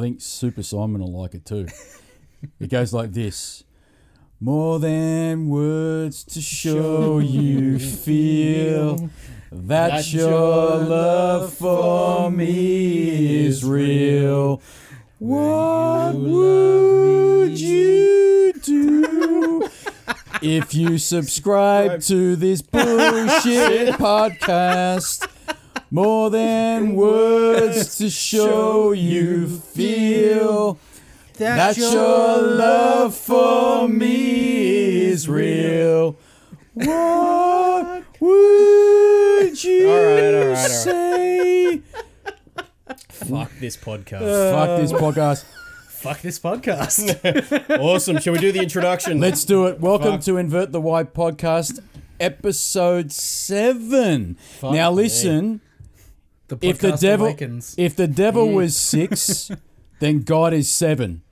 think Super Simon will like it too. it goes like this. More than words to show you feel that your love for me is real. What would you do if you subscribe to this bullshit podcast? More than words to show you feel that your love for me is real. What would you All right, all right, all right. say? Fuck this podcast. Fuck this podcast. Fuck this podcast. Awesome. Shall we do the introduction? Let's do it. Welcome Fuck. to Invert the Y podcast, episode seven. now me. listen, the podcast if the devil awakens. if the devil was six, then God is seven,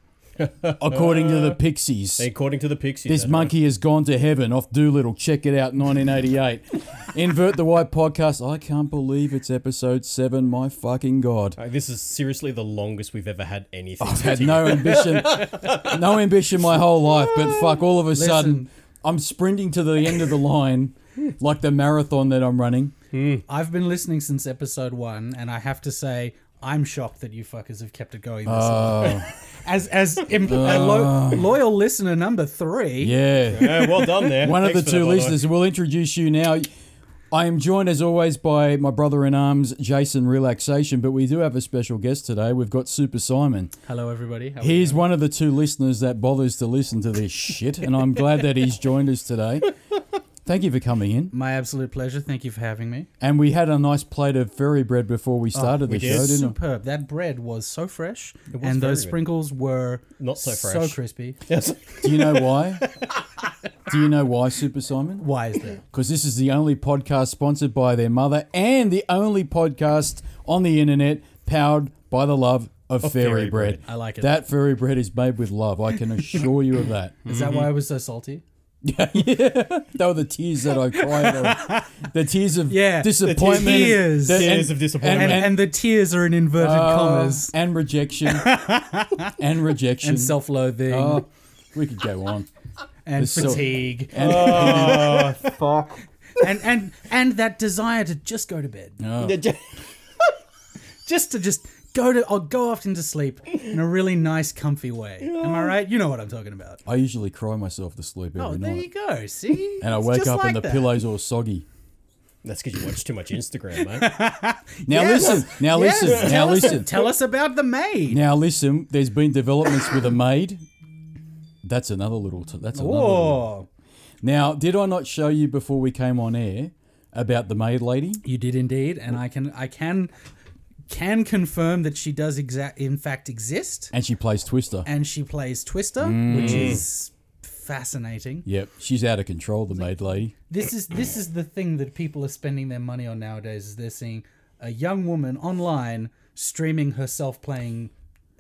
according to the Pixies. According to the Pixies. I This don't monkey has gone to heaven off Doolittle. Check it out, 1988. Invert the White podcast. I can't believe it's episode seven. My fucking god. know. Uh, This is seriously the longest we've ever had anything. I've had no ambition, no ambition my whole life. But fuck, all of a sudden, Listen. I'm sprinting to the end of the line, like the marathon that I'm running. I've been listening since episode one, and I have to say, I'm shocked that you fuckers have kept it going this long. Oh. as as im- a lo- loyal listener number three. Yeah, Yeah, well done there. one of the Thanks for two that, by way. listeners. We'll introduce you now. I am joined, as always, by my brother in arms, Jason Relaxation. But we do have a special guest today. We've got Super Simon. Hello, everybody. How are He's you? one of the two listeners that bothers to listen to this shit, and I'm glad that he's joined us today. Thank you for coming in. My absolute pleasure. Thank you for having me. And we had a nice plate of fairy bread before we started the Oh, we show, did. didn't we? Superb. That bread was so fresh, It was and those very good. sprinkles were Not so fresh. so crispy. Yes. Do you know why? Do you know why, Super Simon? Why is that? Because this is the only podcast sponsored by their mother and the only podcast on the internet powered by the love of, fairy, fairy bread. bread. I like it. That fairy bread is made with love. I can assure you of that. Is that why I was so salty? They were the tears that I cried. of- the tears of Yeah, the disappointment. tears. the- Tears of disappointment. And, and, the tears are in inverted uh, commas. and rejection. and rejection. And self-loathing Mm. Oh, we could go on. and so- fatigue And, Oh. and and and that desire to just go to bed, Oh. just to just go to or go off into sleep in a really nice, comfy way. Am I right? You know what I'm talking about. I usually cry myself to sleep every Oh, there Oh, you night. go. See, And I It's wake just up like and the that. pillow's all soggy. That's because you watch too much Instagram, mate. Now Yes. listen. Now Yes, listen. Now tell us- listen. Tell us about the maid. Now listen. There's been developments with a maid. That's another little. T- that's another. Little. Oh, Now, did I not show you before we came on air about the maid lady? you did indeed, and I can I can can confirm that she does exact in fact exist, And she plays Twister. and she plays Twister, which is fascinating. Yep, she's out of control, the maid lady. this is this is the thing that people are spending their money on nowadays is they're seeing a young woman online streaming herself playing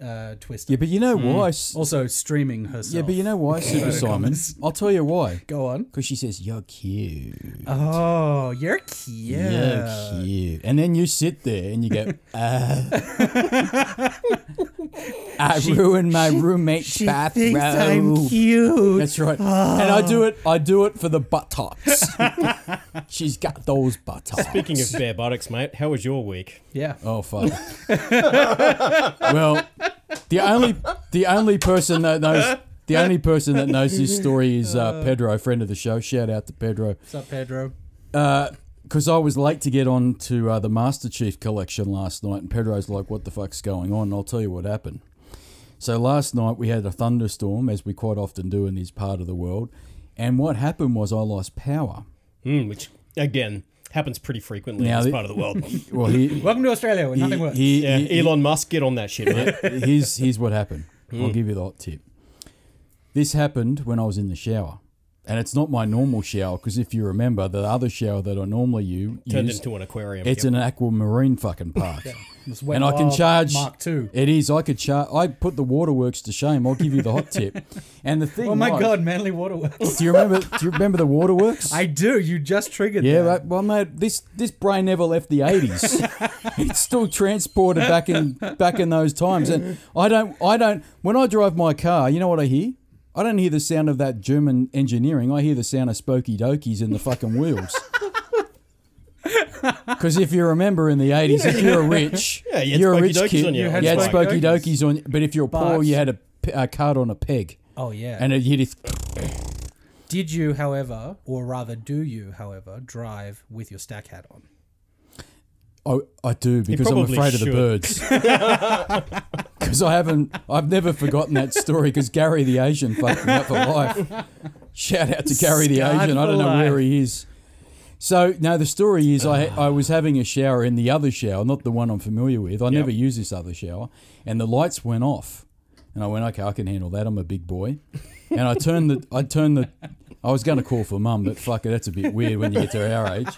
uh Twister. Yeah, but you know why? S- Also streaming herself. Yeah, but you know why, Super Simon? comments. I'll tell you why. Go on. Because she says, You're cute. Oh, you're cute. You're cute. And then you sit there and you go, uh, I ruined my roommate's She bathrobe. thinks I'm cute. Ah. That's right. And I do it I do it for the buttocks. She's got those buttocks. Speaking of bare buttocks, mate, how was your week? yeah. Oh fuck. well, the only the only person that knows the only person that knows this story is uh, Pedro, friend of the show. Shout out to Pedro What's up, Pedro? because I was late to get on to uh, the Master Chief collection last night, and Pedro's like, "What the fuck's going on?" And I'll tell you what happened. So last night we had a thunderstorm, as we quite often do in this part of the world, and what happened was I lost power. Hmm, which, again, happens pretty frequently Now in this the- part of the world. Well, he, Welcome to Australia where nothing he, works. he- Yeah, he- Elon Musk, get on that shit, mate. here's here's what happened. I'll give you the hot tip. This happened when I was in the shower. And it's not my normal shower because if you remember, the other shower that I normally u- Turned use, into an aquarium. it's Yep. an aquamarine fucking park. It's Wet and I can Wild charge Mark two. It is. I could charge. I put the waterworks to shame. I'll give you the hot tip. And the thing. Oh my was- god, Manly Waterworks. Do you remember? Do you remember the waterworks? I do. You just triggered. Yeah, that. right. well, mate, this this brain never left the eighties. it's still transported back in back in those times. And I don't, I don't. When I drive my car, you know what I hear? I don't hear the sound of that German engineering. I hear the sound of Spokey Dokies in the fucking wheels. Because if you remember in the eighties, if you were rich, Yeah, you had you are a Spokey rich Dokies kid, on your- you You had had, Spokey Spokey Dokies on. But if you were poor, But- you had a, p- a card on a peg, Oh yeah. and it, you'd hit Did you, however, or rather, do you, however, drive with your stack hat on? I, I do because I'm probably afraid of the should. birds. Because I haven't, I've never forgotten that story. Because Gary the Asian fucked me up for life. Shout out to Gary the Scarred Asian. I don't for know where life. he is. So now the story is, I I was having a shower in the other shower, not the one I'm familiar with. I never use this other shower, and the lights went off, and I went, okay, I can handle that. I'm a big boy, and I turned the, I turned the, I was going to call for mum, but fuck it, that's a bit weird when you get to our age.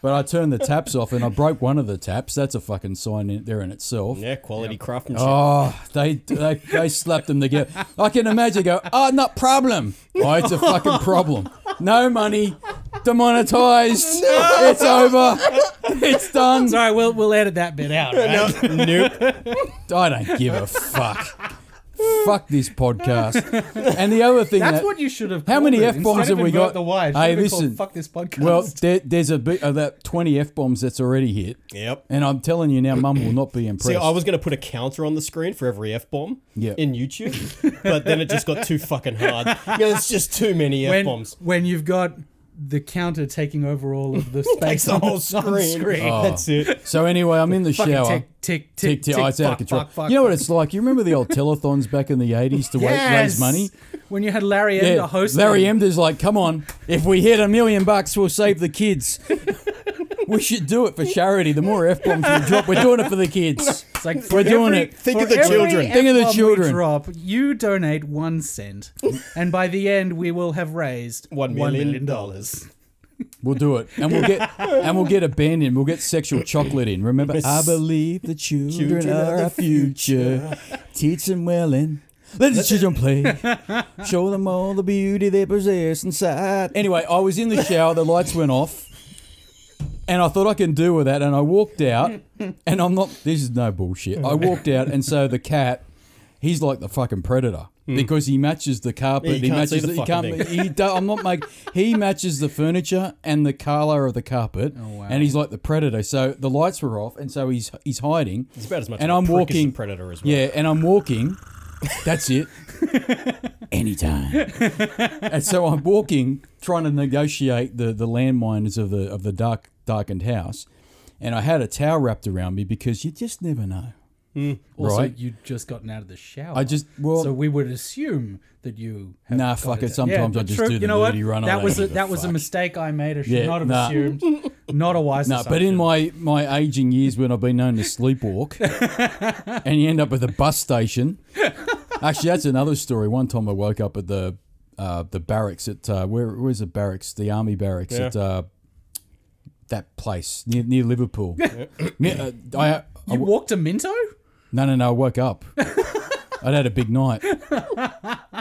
But I turned the taps off, and I broke one of the taps. That's a fucking sign in, there in itself. yeah, quality craftsmanship. Oh, they, they they slapped them together. I can imagine go, oh, not problem. Oh, it's a fucking problem. No money, demonetized. It's over. It's done. Sorry, we'll we'll edit that bit out. Right? nope. I don't give a fuck. fuck this podcast. And the other thing That's that, what you should have. How called many it. F-bombs Instead of have we invert got? The y, it should Hey, have been called listen. Fuck this podcast. well, there, there's a bit of that 20 f bombs that's already hit. Yep. And I'm telling you now, Mum will not be See, impressed. I was going to put a counter on the screen for every f bomb Yeah. in YouTube, but then it just got too fucking hard. Yeah, it's just too many f when bombs. when you've got the counter taking over all of the Takes space the on whole on screen. Oh. That's it. so anyway, I'm in the Fucking shower. tick tick Tick, tick tick, oh, it's out of fuck, control. fuck, fuck, you know what fuck. it's like? You remember the old telethons back in the 80s to wa- raise Yes! money? when you had Larry Emder Yeah, host. Larry them. Emder's like, come on, if we hit a million bucks, we'll save the kids. we should do it for charity. The more F bombs we drop, we're doing it for the kids. It's like We're for doing every- it. Think for of the every children. Think of the F-bomb we children. Drop you donate one cent, and by the end we will have raised One million dollars. We'll do it. And we'll get and we'll get a band in. We'll get sexual chocolate in. Remember, Miss- I believe the children, Children are are the our future. Teach them well and let the children play. Show them all the beauty they possess inside. Anyway, I was in the shower, the lights went off. And I thought I can do with that, and I walked out, and I'm not. This is no bullshit. I walked out, and so the cat, he's like the fucking predator because he matches the carpet. Yeah, you he Hmm. can't see matches. the he fucking can't- thing. he do, I'm not make. He matches the furniture and the color of the carpet, Oh, wow. and he's like the predator. So the lights were off, and so he's he's hiding. It's about as much. And of a I'm prick as the walking- predator as well. Yeah, and I'm walking. That's it. Anytime. and so I'm walking, trying to negotiate the the landmines of the of the dark darkened house, and I had a towel wrapped around me because you just never know. Also, Right. you just gotten out of the shower. I just- well- so we would assume that you. Have Nah, got fuck it. ta- Sometimes I just true. do the you know what? dirty run. I That don't was a, give a that was a fuck. mistake I made. I should Yeah, not have nah. assumed. Not a wise. No, but in assumption. my my aging years when I've been known to sleepwalk, and you end up at the bus station. Actually, that's another story. One time I woke up at the uh, the barracks at uh, where where's the barracks? The army barracks Yeah. at uh, that place near near Liverpool. Near- uh, I, I you walked to Minto. no no no. I woke up. I'd had a big night.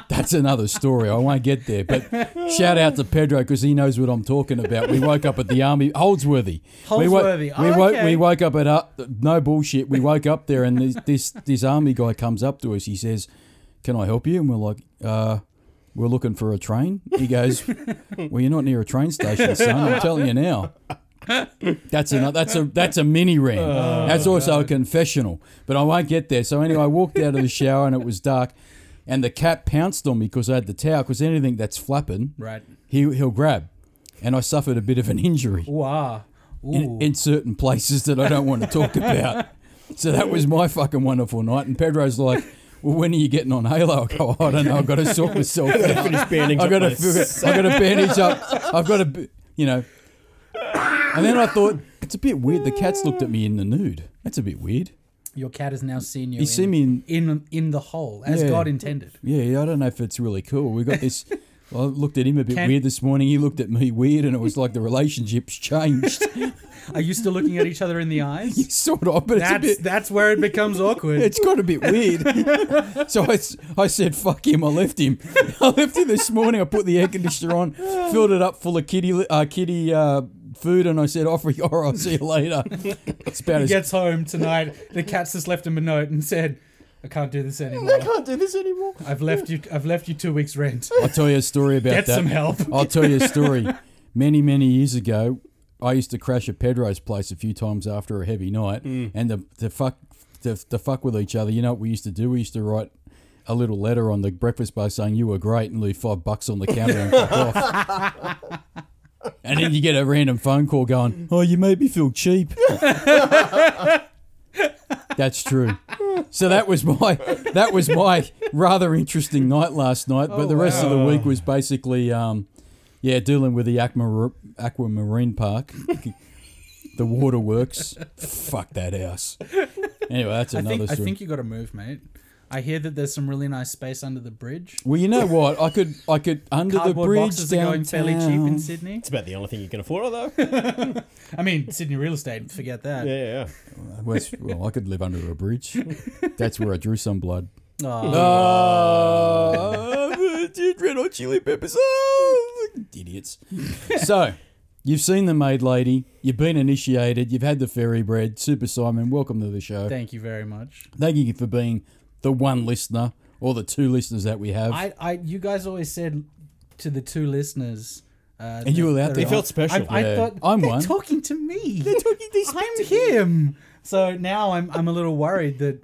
That's another story. I won't get there. But shout out to Pedro because he knows what I'm talking about. We woke up at the army Holdsworthy. We wo- Holdsworthy. We, Oh, wo- okay. we woke up at uh, no bullshit. We woke up there and this, this this army guy comes up to us. He says, "Can I help you?" And we're like, "Uh." We're looking for a train. He goes, "Well, you're not near a train station, son. I'm telling you now." That's a that's a that's a mini rant. Oh, that's also a confessional, but I won't get there. So anyway, I walked out of the shower and it was dark, and the cat pounced on me because I had the towel. Because anything that's flapping, Right. he he'll grab, and I suffered a bit of an injury Wow. Ooh. in, in certain places that I don't want to talk about. So that was my fucking wonderful night. And Pedro's like, "Well, when are you getting on Halo?" I go, "I don't know. I've got to sort myself out." Finish banding. I've got to, up my- I've got to bandage up. I've got to, b- you know. And then I thought it's a bit weird. The cat's looked at me in the nude. That's a bit weird. Your cat has now seen you. He's seen me in- in in the hole as Yeah. God intended. Yeah, yeah. I don't know if it's really cool. We got this I looked at him a bit Can- weird this morning. He looked at me weird, and it was like the relationship's changed, Are you still looking at each other in the eyes? sort of. But it's a That's bit. that's where it becomes awkward. It's got a bit weird. so I, s- I said, fuck him. I left him. I left him this morning. I put the air conditioner on, filled it up full of kitty li- uh, kitty uh, food, and I said, offer your, I'll see you later. It's about he as. gets home tonight. The cat's just left him a note and said, "I can't do this I anymore. can't do this anymore. I've left you. I've left you two weeks rent. I'll tell you a story about Get that. some help." I'll tell you a story. Many, many years ago, I used to crash at Pedro's place a few times after a heavy night, and to, to fuck to, to fuck with each other. You know what we used to do? We used to write a little letter on the breakfast bar saying you were great and leave five bucks on the counter and fuck off. And then you get a random phone call going, "Oh, you made me feel cheap." That's true. So that was my that was my rather interesting night last night. But Oh, the rest of the wow. week was basically, um, yeah, dealing with the Aquamar- Aquamarine Park, the waterworks. Fuck that house. Anyway, that's I another think. I story. think you got to move, mate. I hear that there's some really nice space under the bridge. well, you know what? I could I could under the Cardboard bridge boxes are going fairly cheap in downtown. Sydney. It's about the only thing you can afford, though. I mean, Sydney real estate. Forget that. yeah, yeah. Well, it's- well, I could live under a bridge. That's where I drew some blood. Oh, Oh, red hot chili peppers. Oh, idiots. so, you've seen the maid lady. You've been initiated. You've had the fairy bread. Super Simon, welcome to the show. thank you very much. Thank you for being the one listener or the two listeners that we have. I, I, you guys always said to the two listeners. Uh, And you that- were out that there. They are- felt special. I, I Yeah. thought I'm they're one." talking to me. They're talking. I'm him. So now I'm, I'm a little worried that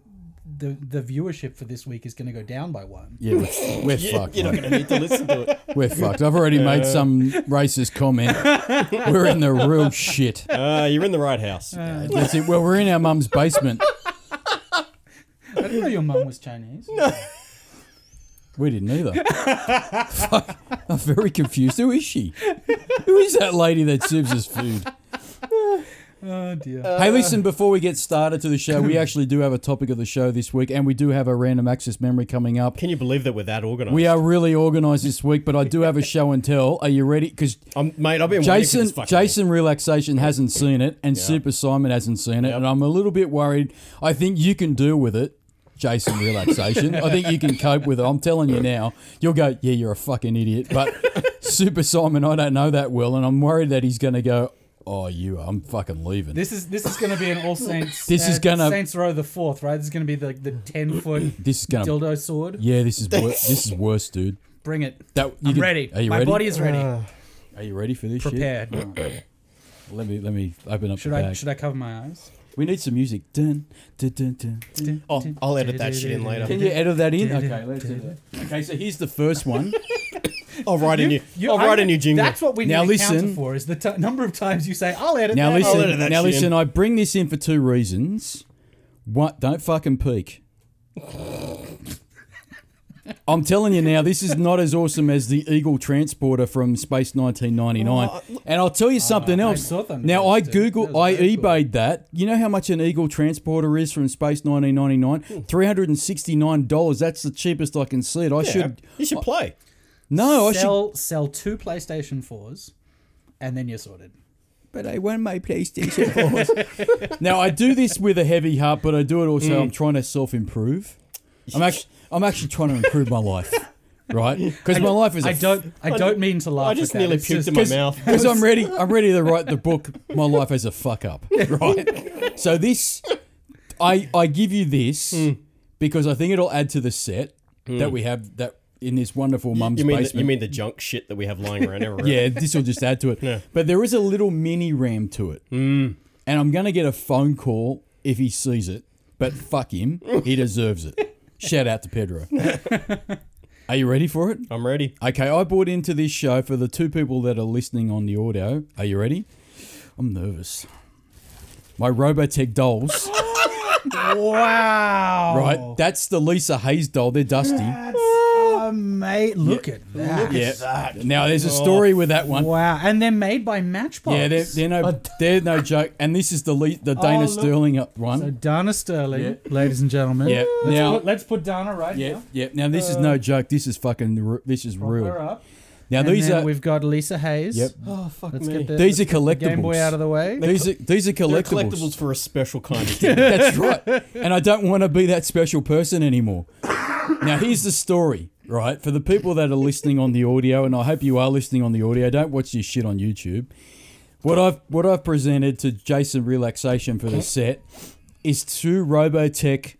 the the viewership for this week is going to go down by one. yeah, we're, we're fucked. You're not mate. going to need to listen to it. We're fucked. I've already made some racist comment. we're in the real shit. Uh, you're in the right house. Uh. That's it. Well, we're in our mum's basement. I didn't know your mum was Chinese. We didn't either. Fuck. I'm very confused. Who is she? Who is that lady that serves us food? Oh dear. hey, listen, before we get started to the show, we actually do have a topic of the show this week, and we do have a random access memory coming up. Can you believe that we're that organised? We are really organised this week, but I do have a show and tell. Are you ready? Because I'm, Um, mate, I've been waiting Jason, for this fucking Jason Relaxation hasn't seen it, and Super Simon hasn't seen it, and I'm a little bit worried. I think you can deal with it, Jason Relaxation. I think you can cope with it. I'm telling you now. You'll go, yeah, you're a fucking idiot. But Super Simon, I don't know that well, and I'm worried that he's going to go, oh, you, I'm fucking leaving. This is this is going to be an All Saints. uh, This is gonna- Saints Row the fourth, right? This is going to be the the ten foot This is going to. dildo sword. Yeah, this is wor- this is worse, dude. Bring it. That, you I'm can- ready. Are you My ready? body is ready. Ah, are you ready for this? shit? Prepared. Let me let me open up Should the I bag. should I cover my eyes? we need some music. Dun, dun, dun, dun. Oh, I'll edit that shit in later. Can you edit that in? Did it, Okay, let's did do that. Okay, so here's the first one. I'll write a new. You- I'll I- write a new jingle. That's what we Now need to counter listen. for is the t- number of times you say I'll edit. Now that out." edit listen. that Now shit in. listen. I bring this in for two reasons. What? Don't fucking peek. I'm telling you now, this is not as awesome as the Eagle Transporter from Space 1999. and I'll tell you something Oh, Ah, I else. saw them. Now I That's it. That Google, was I very cool. eBayed that. You know how much an Eagle Transporter is from Space Hmm. 1999? Three hundred and sixty-nine dollars. That's the cheapest I can see it. I Yeah, should you should play. no, Oh, I should sell sell two PlayStation fours, and then you're sorted. but I won my PlayStation 4. now I do this with a heavy heart, but I do it also. Mm. I'm trying to self-improve. I'm actually, I'm actually trying to improve my life, right? Because my life is. a I don't. I don't mean to laugh. I just at that. nearly It's puked just- in my mouth. Because I'm ready. I'm ready to write the book. My life as a fuck up, right? so this, I I give you this Mm. because I think it'll add to the set that we have that in this wonderful mum's You mean the, basement. you mean the junk shit that we have lying around everywhere? Yeah, this will just add to it. But there is a little mini RAM to it. Mm. And I'm going to get a phone call if he sees it. But fuck him. He deserves it. Shout out to Pedro. Are you ready for it? I'm ready. Okay, I bought into this show for the two people that are listening on the audio. Are you ready? I'm nervous. My Robotech dolls, Wow. right? That's the Lisa Hayes doll. They're dusty. Oh, mate, look at that. Yeah. Now there's a story Oh, with that one. Wow. And they're made by Matchbox. Yeah, they're, they're no they're no joke. And this is the Le- the Oh, Dana look. Sterling up one. So Dana Sterling, Yeah. ladies and gentlemen. Yeah, Let's, now- put, let's put Dana right Yeah, now. yeah. Now this is no joke. This is fucking. r- This is Prop her real. up. Now and these then are we've got Lisa Hayes. Yep. Oh fuck Let's me. get the, these are the collectibles. Game Boy out of the way. these are these are They're collectibles. collectibles for a special kind of game. That's right. And I don't want to be that special person anymore. Now, here's the story, right? For the people that are listening on the audio, and I hope you are listening on the audio, don't watch this shit on YouTube. What I've what I've presented to Jason Relaxation for the set is two Robotech.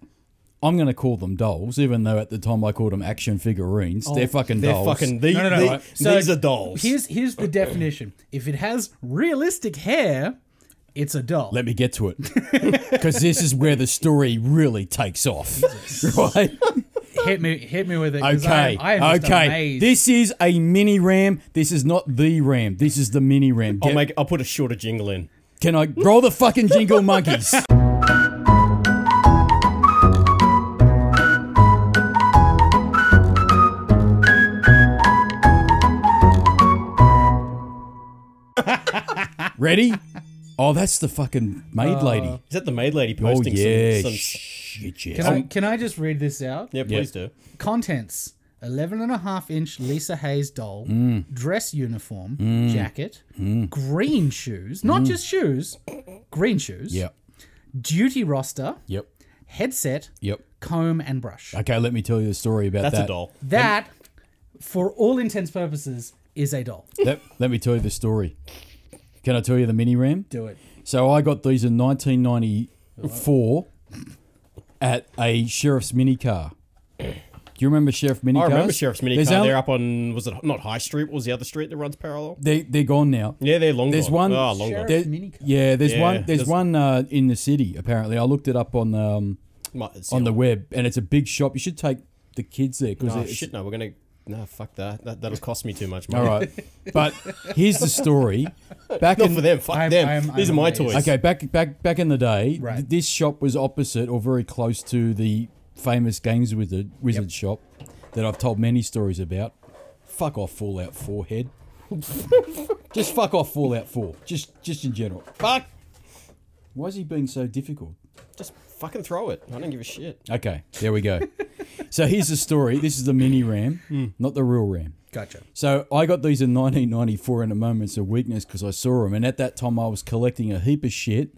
I'm going to call them dolls, even though at the time I called them action figurines. Oh, they're fucking They're dolls. fucking the, No, no, no, the- right. So these are dolls. Here's here's the definition. If it has realistic hair, it's a doll. Let me get to it because this is where the story really takes off, right? hit me hit me with it. 'cause I Okay. am- I am just okay. amazed. This is a mini RAM. This is not the RAM. This is the mini RAM. I'll Get- make. I'll put a shorter jingle in. can I roll the fucking jingle monkeys? Ready? Oh, that's the fucking maid lady. Is that the maid lady Oh posting yeah, some? some shit, Oh, Can yes. I can I just read this out? yeah, please do. Contents 11 and a half inch Lisa Hayes doll, dress uniform, jacket, green shoes, not just shoes, green shoes, Yep. duty roster, Yep. headset, Yep. comb, and brush. Okay, let me tell you the story about That's that. a doll. That, for all intents purposes, is a doll. let, let me tell you the story. Can I tell you the mini RAM? Do it. So I got these in 1994 at a sheriff's minicar. Do you remember sheriff minicars? I remember Sheriff's Mini There's Car. only- They're up on was it not High Street? What was the other street that runs parallel? they, they're Ah, gone now. Yeah, they're long There's gone. one- Oh, long gone. Sheriff- There- Minicar. yeah, there's Yeah, one. There's, there's- one uh, in the city. Apparently, I looked it up on um, Might- it's on the old- web, and it's a big shop. You should take the kids there because Oh, it's shit, no, we're gonna. No, fuck that. that. That'll cost me too much money. all right. But here's the story. Back Not in, for them. Fuck I'm- them. I'm- These I'm are my amazed. toys. Okay, back back back in the day, Right. th- this shop was opposite or very close to the famous Games Wizard Wizard shop that I've told many stories about. Fuck off Fallout 4 head. just fuck off Fallout 4. Just just in general. Fuck. Why is he being so difficult? Just fucking throw it. I don't give a shit. Okay, there we go. so here's the story. This is the mini RAM, Hmm. not the real RAM. Gotcha. So I got these in 1994 in a moments of weakness because I saw them, and at that time I was collecting a heap of shit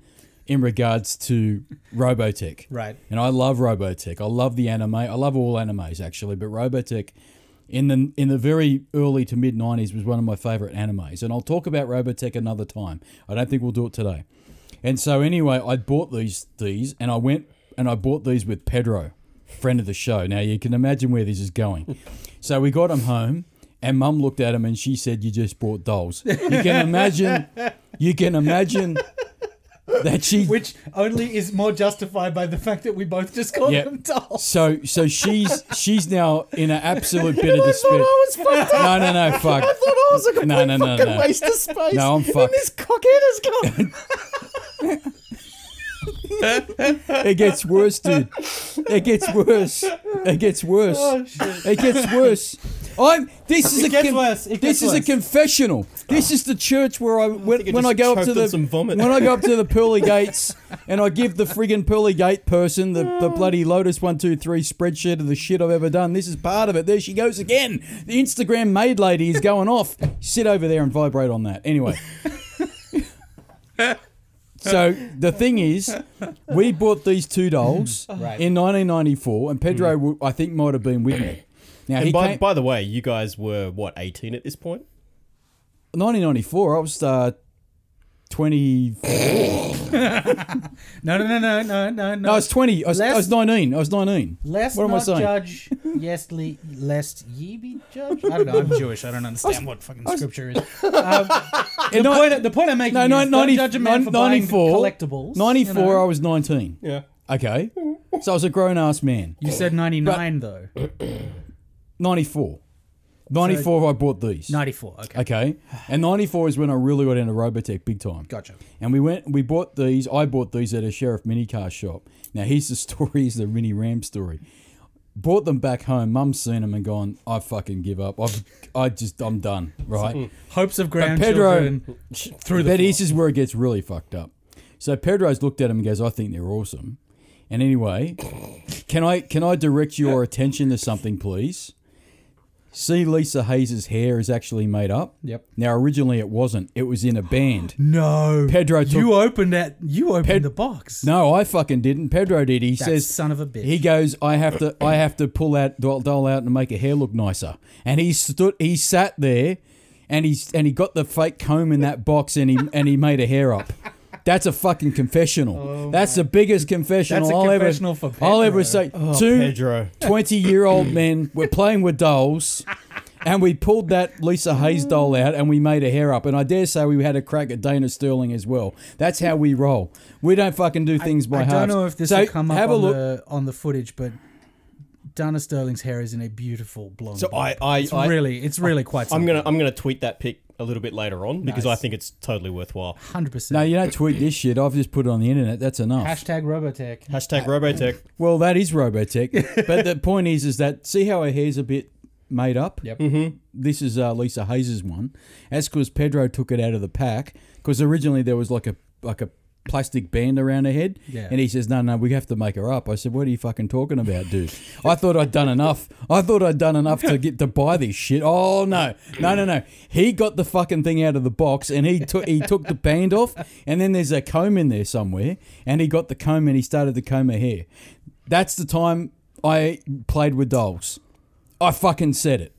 in regards to Robotech. Right. And I love Robotech. I love the anime. I love all animes actually, but Robotech in the in the very early to mid 90s was one of my favorite animes, and I'll talk about Robotech another time. I don't think we'll do it today. And so anyway, I bought these these, and I went and I bought these with Pedro, friend of the show. Now you can imagine where this is going. So we got them home, and Mum looked at them and she said, "You just bought dolls." You can imagine. You can imagine that she Which only is more justified by the fact that we both just called Yep. them dolls. So so she's she's now in an absolute bit of despair. was fucked No no no fuck. I was a No, no, no, no. of space. No, I'm fucked. cockhead has come. It gets worse, dude. It gets worse. It gets worse. it gets worse. I'm. This is a. gets worse. It this gets is a worse. confessional. This is the church where I when, I when I just go up to choked the on some vomit. when I go up to the pearly gates and I give the friggin' pearly gate person the, the bloody Lotus one two three spreadsheet of the shit I've ever done. This is part of it. There she goes again. The Instagram maid lady is going off. Sit over there and vibrate on that. Anyway. So the thing is, we bought these two dolls Right. in 1994, and Pedro, w I I think, might have been with me. Now he Mm. And by, came, by the way, you guys were what 18 at this point? 1994. I was uh, 20. No, no, no, no, no, no, no. I was 20. I was, I Less- was 19. I was 19. Lest what am not I saying? judge, yes, le- lest ye be judged. I don't know. I'm Jewish. I don't understand what fucking scripture is. Um, the, no- point, the point I'm making No, is no, don't 90, judge a man for buying 94. collectibles. 94. You, I know? was 19. Yeah. Okay, so I was a grown ass man. You said 99 though. 94. 94. I bought these. 94. Okay. Okay, and 94 is when I really got into Robotech big time. Gotcha. And we went, we bought these. I bought these at a sheriff minicar shop. Now here's the story: is the Mini Ram story. Bought them back home. Mum's seen them and gone. I fucking give up. I've, I just, I'm done. Right. Hopes of Pedro, grandchildren. through that this is where it gets really fucked up. So Pedro's looked at him and goes, "I think they're awesome." And anyway, can I can I direct your attention to something, please? See, Lisa Hayes's hair is actually made up. Yep. Now, originally it wasn't. It was in a band. No, Pedro took- you opened that. You opened Ped- the box. No, I fucking didn't. Pedro did. He That says, son of a bitch. He goes, I have to, I have to pull out, doll, doll out, and make her hair look nicer. And he stood, he sat there, and he and he got the fake comb in that box, and he and he made her hair up. That's a fucking confessional. That's the biggest confessional Oh That's a I'll confessional ever. for I'll ever Pedro. say. Two Pedro. 20 year old men were playing with dolls and we pulled that Lisa Hayes doll out and we made her hair up. And I dare say we had a crack at Dana Sterling as well. That's how we roll. We don't fucking do things by I halves. don't know if this So will come up have a on look. the on the footage, but Donna Sterling's hair is in a beautiful blonde. So I, bob. I, it's I really, it's really quite. I'm something. gonna, I'm gonna tweet that pic a little bit later on because I Nice. think it's totally worthwhile. hundred No, percent. you don't tweet this shit. I've just put it on the internet. That's enough. Hashtag Robotech. Hashtag Robotech. well, that is Robotech. but the point is, is that see how her hair's a bit made up? Yep. This is uh, Lisa Hayes's one. That's because Pedro took it out of the pack because originally there was like a like a plastic band around her head, Yeah. and he says, "No, no, we have to make her up." I said, "What are you fucking talking about, dude? I thought I'd done enough. I thought I'd done enough to get to buy this shit. Oh no, no, no, no! He got the fucking thing out of the box, and he took he took the band off, and then there's a comb in there somewhere, and he got the comb and he started to comb her hair. That's the time I played with dolls. I fucking said it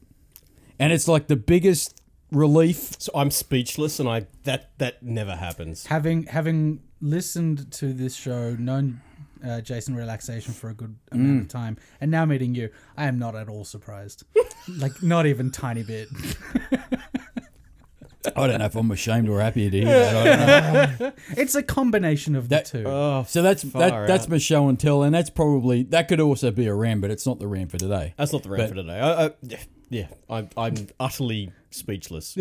and it's like the biggest relief. So I'm speechless, and I that that never happens. Having having listened to this show, known uh, Jason Relaxation for a good Mm. amount of time, and now meeting you, I am not at all surprised. like not even tiny bit. I don't know if I'm ashamed or happy to hear that. I don't know. It's a combination of That- uh, the two. Oh, So that's that, Far that's out. my show and tell, and that's probably that could also be a ram, but it's not the ram for today. that's not the rant But- for today. I, I, yeah, yeah, I'm I'm utterly speechless.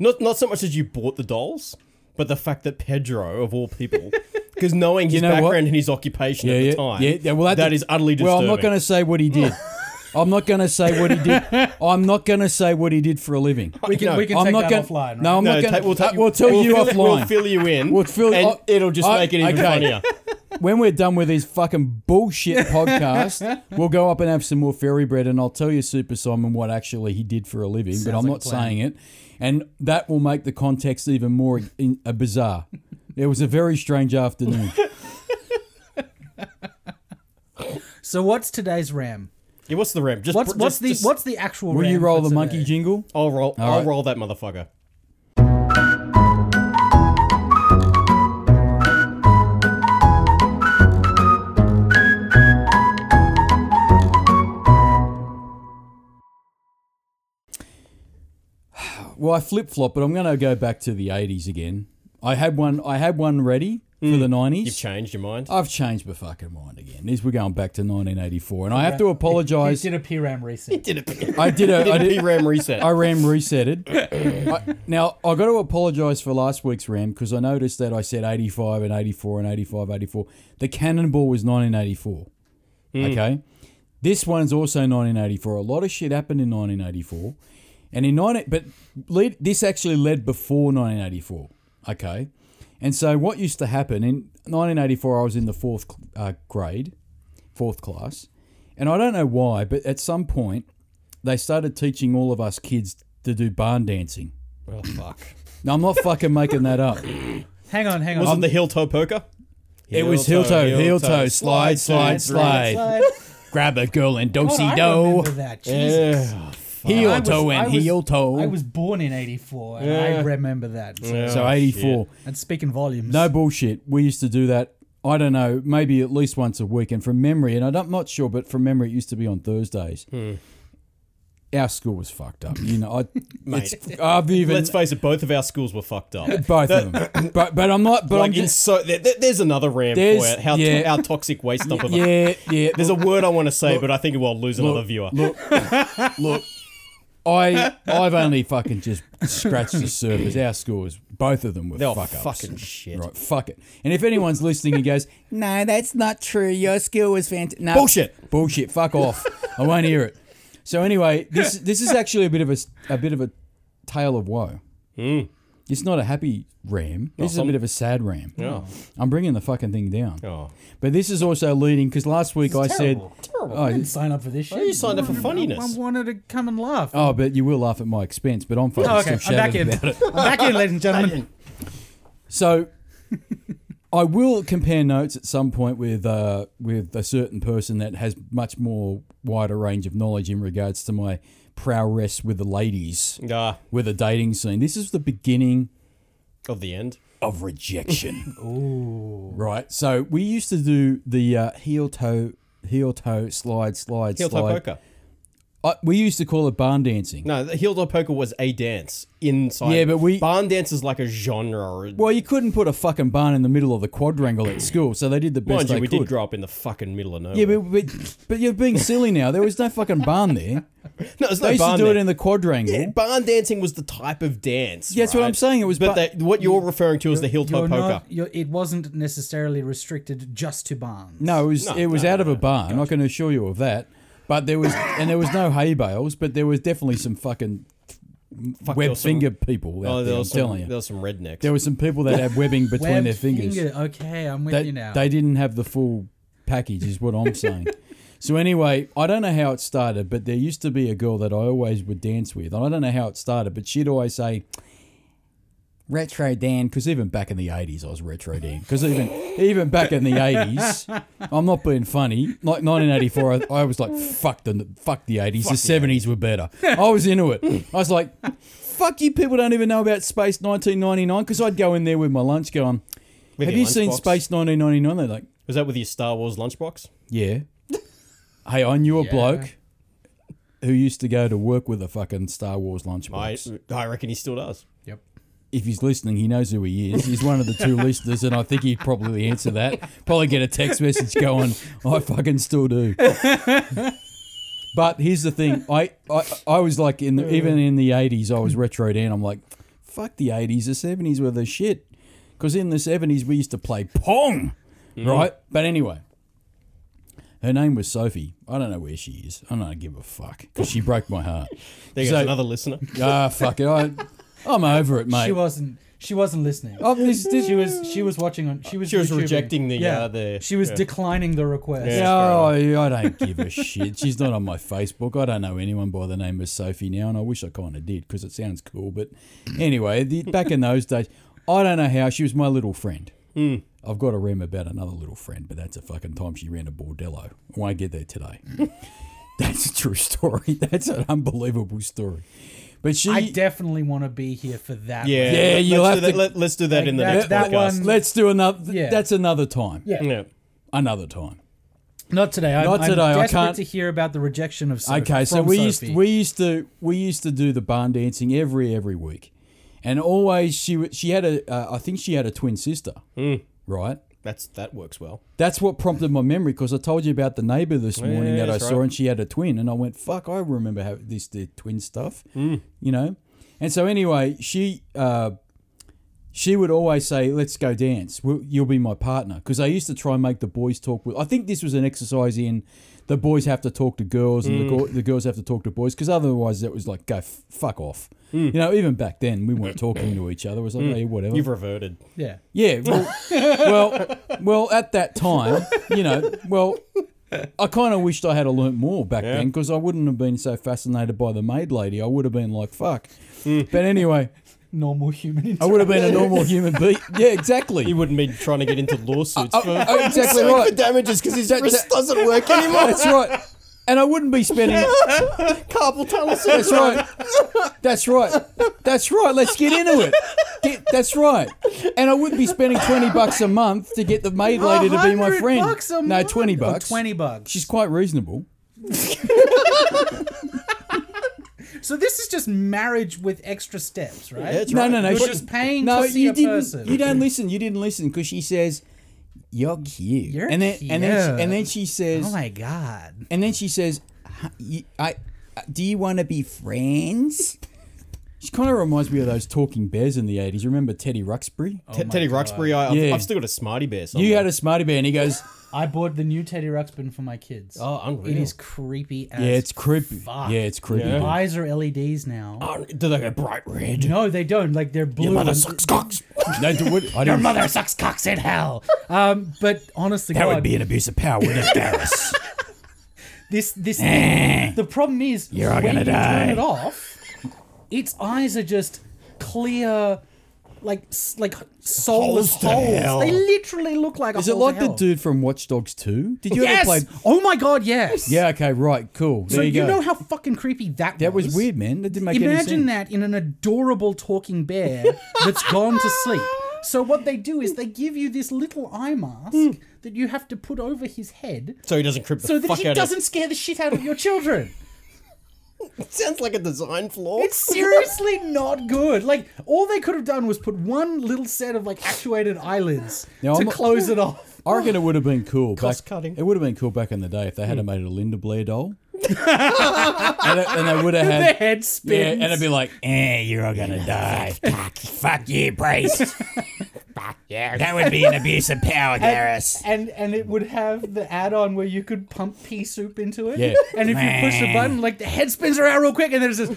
Not not so much as you bought the dolls, but the fact that Pedro of all people, because knowing his know what? background and his occupation Yeah, at the yeah, time, yeah, yeah, well, that- that is utterly disturbing. Well, I'm not going to say what he did. I'm not going to say what he did. I'm not going to say what he did for a living. we can no, we can I'm take not that gonna, offline. Right? No, I'm No, not going ta- to. we'll, ta- we'll tell we'll you fill, We'll offline. fill you in. We'll fill- and oh, it'll just I- make it even okay. funnier. when we're done with this fucking bullshit podcast, we'll go up and have some more fairy bread, and I'll tell you, Super Simon, what actually he did for a living. but Sounds I'm like not a plan. saying it, and that will make the context even more in, uh, bizarre. It was a very strange afternoon. So what's today's ram? Yeah, what's the rim? Just What's just- what's the just- what's the actual? Will you ram roll for the monkey today? jingle? I'll roll. I'll right. roll that motherfucker. Well, I flip flop, but I'm going to go back to the '80s again. I had one. I had one ready for Mm. the '90s. You've changed your mind. I've changed my fucking mind again. These we're going back to 1984, and I have to apologise. You did a P ram reset. did it. I did a I did, Ram reset. I ram resetted. I, now I got to apologise for last week's ram because I noticed that I said 85 and 84 and 85, 84. The cannonball was 1984. Okay, this one's also 1984. A lot of shit happened in 1984, and in 19 but lead, this actually led before 1984. Okay, and so what used to happen in 1984? I was in the fourth uh, grade, fourth class, and I don't know why, but at some point they started teaching all of us kids to do barn dancing. oh fuck! Now I'm not fucking making that up. Hang on, hang on. Wasn't the heel toe poker? Um, It was heel toe, heel toe, slide, slide, slide. Grab a girl and do God, see I do. remember that. Jesus. Yeah. I Heel was- toe I and was- heel I toe. was Oh, born in '84, and I remember that. So, So 84. And speaking volumes, No bullshit. We used to do that. I don't know, maybe at least once a week. And from memory, and I don't- I'm not sure, but from memory, it used to be on Thursdays. Our school was fucked up. You know, I, Mate. it's, I've even Let's face it, both of our schools were fucked up. both of them. But but I'm not. But like I'm in just, so there, there- there's another ram There's- for it. How yeah. to, our toxic waste dump of a- yeah yeah. There's a word I want to say, but I think we'll lose another viewer. Look, I I've only fucking just scratched the surface. Our scores, both of them were They're fuck ups. fucking shit. Right, fuck it. And if anyone's listening and goes, no, that's not true. Your skill was fantastic. No, Bullshit. bullshit. Fuck off. I won't hear it. Hmm. So anyway, this this is actually a bit of a s- a bit of a tale of woe. It's not a happy ram. This is a some- bit of a sad ram. Yeah. I'm bringing the fucking thing down. Oh. But this is also leading because last week I This is terrible. said, Terrible. oh, I didn't sign up for this shit. you signed up for I wanted- funniness. I wanted to come and laugh. oh, but you will laugh at my expense. But I'm fucking Oh, okay, still I'm back shattered in. about it. I'm back in, ladies and gentlemen. So I will compare notes at some point with uh, with a certain person that has much more wider range of knowledge in regards to my prowess with the ladies, Ah, with the dating scene. This is the beginning of the end. of rejection. Right. So we used to do the uh, heel toe heel toe slide slide Heel toe slide. poker. I, we used to call it barn dancing. No, the heel toe poker was a dance inside. Yeah, but we- barn dance is like a genre. Well, you couldn't put a fucking barn in the middle of the quadrangle at school, so they did the best Mind you, they we could. did grow up in the fucking middle of nowhere. yeah, but, but but you're being silly now. There was no fucking barn there. no, there's They no used barn to do there. it in the quadrangle. Yeah, barn dancing was the type of dance. Yeah, that's what right? I'm saying, it was but ba- they- what you're referring to is the heel toe You're poker. not- you're- it wasn't necessarily restricted just to barns. No, it was No, it was no, out of a barn. I can assure you of that. But there was and there was no hay bales, but there was definitely some fucking Fuck, there web was some- finger people out Oh, there. there I'm was some, telling there you, was some rednecks. there were some people that had webbing between Webbed their fingers. finger. Okay, I'm with you now. They didn't have the full package, is what I'm saying. so anyway, I don't know how it started, but there used to be a girl that I always would dance with, and I don't know how it started, but she'd always say. Retro Dan, because even back in the eighties, I was retro Dan. Because even even back in the eighties, I'm not being funny. Like 1984, I, I was like, fuck the fuck the eighties. The seventies were better. I was into it. I was like, fuck you people don't even know about Space 1999. Because I'd go in there with my lunch going, With have your you seen lunchbox. Space 1999? They're like, Was that with your Star Wars lunchbox? yeah. hey, I knew a Yeah. bloke who used to go to work with a fucking Star Wars I lunchbox. I reckon he still does. Yep. If he's listening, he knows who he is. He's one of the two listeners, and I think he'd probably answer that. Probably get a text message going, I fucking still do. but here's the thing I, I, I was like, in the, even in the 80s, I was retro down. I'm like, fuck the 80s. The 70s were the shit. Because in the 70s, we used to play Pong, Mm-hmm. right? But anyway. Her name was Sophie. I don't know where she is. I don't give a fuck because she broke my heart. There goes So- another listener. Ah, fuck it. I, I'm over it, mate. She wasn't. She wasn't listening. Oh, this- this- She was. She was watching on. She was. She was YouTubing. rejecting the, uh, the- She was yeah. declining the request. Yeah. Yeah, I, I don't give a shit. She's not on my Facebook. I don't know anyone by the name of Sophie now, and I wish I kind of did because it sounds cool. But anyway, the, back in those days, I don't know how she was my little friend. Hmm. I've got a rem about another little friend, but that's a fucking time she ran a bordello. I won't get there today. that's a true story. That's an unbelievable story. But she, I definitely want to be here for that. Yeah, one. Yeah, let- you'll let's have do that, to- let, us do that Like in the that- next that podcast. let's do another. Yeah. That's another time. Yeah. Yeah. Another time. Not today. I'm, Not I'm today, I desperate can't- to hear about the rejection of. Sophie, Okay, so from we Sophie. used we used to we used to do the barn dancing every every week, and always she w- she had a uh, I think she had a twin sister, Hmm. right? That's that works well. That's what prompted my memory because I told you about the neighbor this morning yeah, that I that's saw, right. and she had a twin, and I went, "Fuck, I remember how this the twin stuff," Mm. you know. And so anyway, she uh, she would always say, "Let's go dance. We'll, you'll be my partner," because I used to try and make the boys talk. With I think this was an exercise in the boys have to talk to girls and Mm. the, go- the girls have to talk to boys because otherwise it was like go f- fuck off. Mm. You know, even back then we weren't talking to each other. It was like, hey, whatever. You've reverted. Yeah. Yeah, well, well, well, at that time, you know, well, I kind of wished I had learnt more back then 'cause then because I wouldn't have been so fascinated by the maid lady. I would have been like, fuck. Hmm. But anyway, Normal human. I would have been a normal human being. Yeah, exactly. You wouldn't be trying to get into lawsuits for Oh, exactly right. damages because his wrist doesn't work anymore. That's right. And I wouldn't be spending. Carpal tunnel That's right. That's right. That's right. Let's get into it. Get, that's right. And I wouldn't be spending twenty bucks a month to get the maid lady to be my 100 friend. bucks a no, month? twenty Or bucks. Twenty bucks. She's quite reasonable. So this is just marriage with extra steps, right? That's No, right. no, no. You're she- just paying no, to see you a didn't, person. You don't listen. You didn't listen because she says, "You're cute," You're and then and then cute. she, and then she says, Oh my god. and then she says, "Huh, you- "I, uh, do you want to be friends?" Which kind of reminds me of those talking bears in the 80s. Remember Teddy Ruxbury? Oh Te- Teddy Ruxbury, I, I've, Yeah. I've still got a Smarty Bear somewhere. You had a smarty bear and he goes, I bought the new Teddy Ruxpin for my kids. Oh, unreal. It is creepy as Yeah, it's creepy. fuck. Yeah, it's creepy. Yeah. dude. Eyes are LEDs now. Oh, do they go bright red? No, they don't. Like they're blue. and- cocks. No, dude, what- I didn't, Mother sucks cocks in hell. Um, but honestly, that God, would be an abuse of power, wouldn't it, Garrus? this this the problem is Eh. You're when gonna you die. turn it off, its eyes are just clear, like s- like soulless Holes to holes. hell. They literally look like. Is it like the dude from Watch Dogs 2? Did you Yes. ever play? Oh my god. Yes. Yeah, okay, right, cool. There So you you, go. know how fucking creepy that that was. was weird, man. That didn't make any sense. Imagine that in an adorable talking bear that's gone to sleep. So what they do is they give you this little eye mask Hmm. that you have to put over his head So he doesn't creep the so that fuck he out doesn't scare the shit out of your children. of... Sounds like a design flaw. It's seriously not good. Like all they could have done was put one little set of like actuated eyelids Now, to I'm- close it off. I reckon it would have been cool. Cost back, cutting. It would have been cool back in the day if they had have made a Linda Blair doll. and, it- and they would have The had. head Yeah, spins. and it'd be like, eh, you're all gonna die. Fuck, fuck you, priest. fuck you. That would be an abuse of power, Garrus. and and it would have the add-on where you could pump pea soup into it. Yeah. And if you push the button, like the head spins around real quick, and there's this.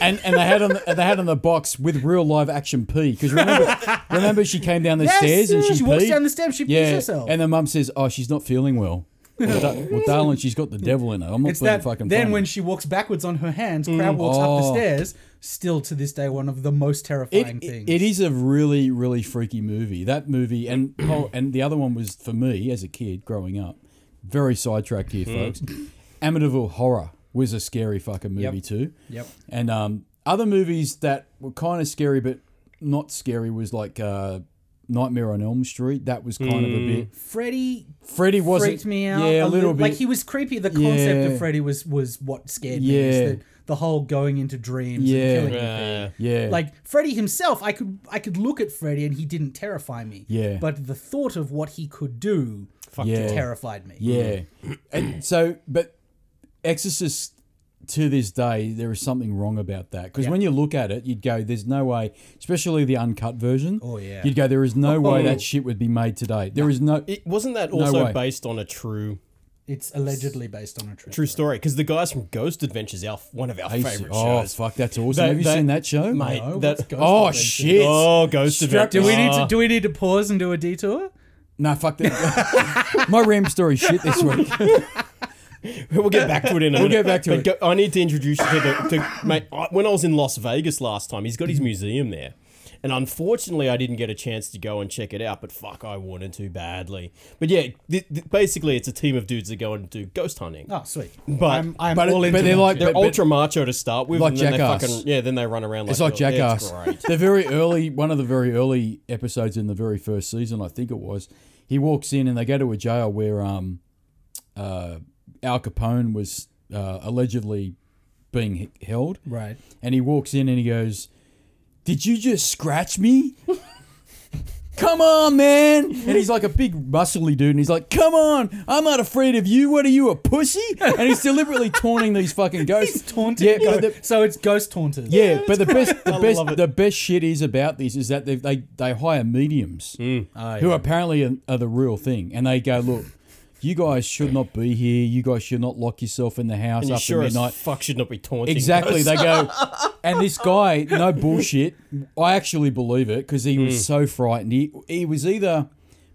And and they had on the, and they had on the box with real live action pee because remember remember she came down the Yes, stairs and she, she walks peed? down the stairs, she pees herself. And the mum says, oh, she's not feeling well. well, da- well, darling, she's got the devil in her. I'm not It's being that. fucking. Then funny. when she walks backwards on her hands, Crab walks Oh. up the stairs. Still to this day, one of the most terrifying it, things. it- it is a really really freaky movie that movie and oh, and the other one was for me as a kid growing up very sidetracked Hmm. here folks Amityville Horror was a scary fucking movie Yep. too Yep. and um other movies that were kind of scary but not scary was like uh Nightmare on Elm Street that was kind of a bit Freddy Freddy wasn't Hmm. freaked me out. yeah a li- little bit Like he was creepy. The concept Yeah. of Freddy was was what scared me. is Yeah. that the whole going into dreams. Yeah. And killing you Yeah. yeah Like Freddy himself, I could I could look at Freddy and he didn't terrify me. Yeah. But the thought of what he could do yeah terrified me. Yeah. and so, but Exorcist to this day, there is something wrong about that. Because when you look at it, you'd go, there's no way, especially the uncut version. Oh, yeah. You'd go, there is no way Oh. that shit would be made today. There is no. It, wasn't that also way. based on a true It's allegedly based on a true. true story? Because the guys from Ghost Adventures, our one of our I used to- favorite oh, shows. fuck, that's awesome. Have you that- seen that show? Mate, No, that, what's Ghost Oh, Adventures? shit. Oh, Ghost Strap- Do Adventures. we need to Ah. do we need to pause and do a detour? Nah, fuck that. My Ram story shit this week. We'll get back to it in a minute. get back to But Go, I need to introduce you to the to, mate. I, when I was in Las Vegas last time, he's got his museum there, and unfortunately, I didn't get a chance to go and check it out. But fuck, I wanted to badly. But yeah, th- th- basically, it's a team of dudes that go and do ghost hunting. Oh, sweet. But- I'm, I'm but it- all but into they're that like- shit. They're but- ultra macho to start with, Like and then Jackass. they fucking yeah. Then they run around like It's like little- yeah, Jackass. it's great. the very early, one of the very early episodes in the very first season, I think it was. He walks in and they go to a jail where um, uh, Al Capone was uh, allegedly being h- held, right. and he walks in and he goes, "Did you just scratch me?" Come on, man! And he's like a big muscly dude, and he's like, "Come on, I'm not afraid of you. What are you, a pussy?" And he's deliberately taunting these fucking ghosts. He's taunted. Yeah, but the- so it's ghost taunted. yeah, but the best, the I love best, it. the best shit is about this is that they they, they hire mediums Mm. Oh, who apparently are, are the real thing, and they go, look, you guys should not be here. You guys should not lock yourself in the house And you after sure as midnight. fuck should not be taunting. Exactly. ghosts. They go, and this guy, no bullshit. I actually believe it because he was Mm. so frightened. He he was either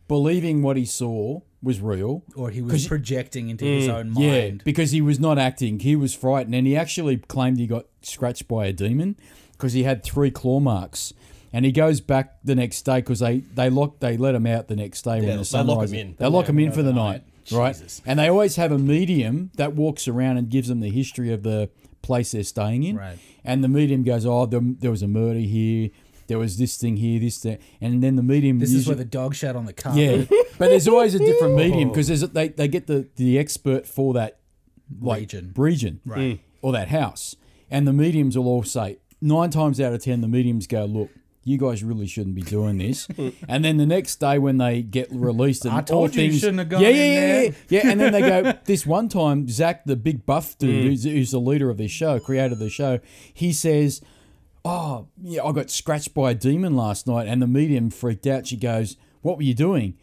believing what he saw was real, Or he was projecting into his own yeah, mind. because he was not acting. He was frightened, and he actually claimed he got scratched by a demon because he had three claw marks. And he goes back the next day because they they lock they let him out the next day Yeah, when the they sun lock rises. him in. They lock Yeah, him in for the night, night. right? Jesus. And they always have a medium that walks around and gives them the history of the place they're staying in. Right. And the medium goes, "Oh, there, there was a murder here. There was this thing here, this thing." And then the medium This is usually- where the dog shat on the carpet. yeah, but there's always a different medium because they they get the the expert for that like, Region. region, right, or that house, and the mediums will all say nine times out of ten the mediums go look. you guys really shouldn't be doing this. and then the next day when they get released, and I told all you you things- shouldn't have gone yeah, in yeah, yeah, there. yeah, yeah. And then they go, this one time, Zach, the big buff dude, Mm. who's, who's the leader of this show, creator of the show, he says, oh, yeah, I got scratched by a demon last night. And the medium freaked out. She goes, what were you doing?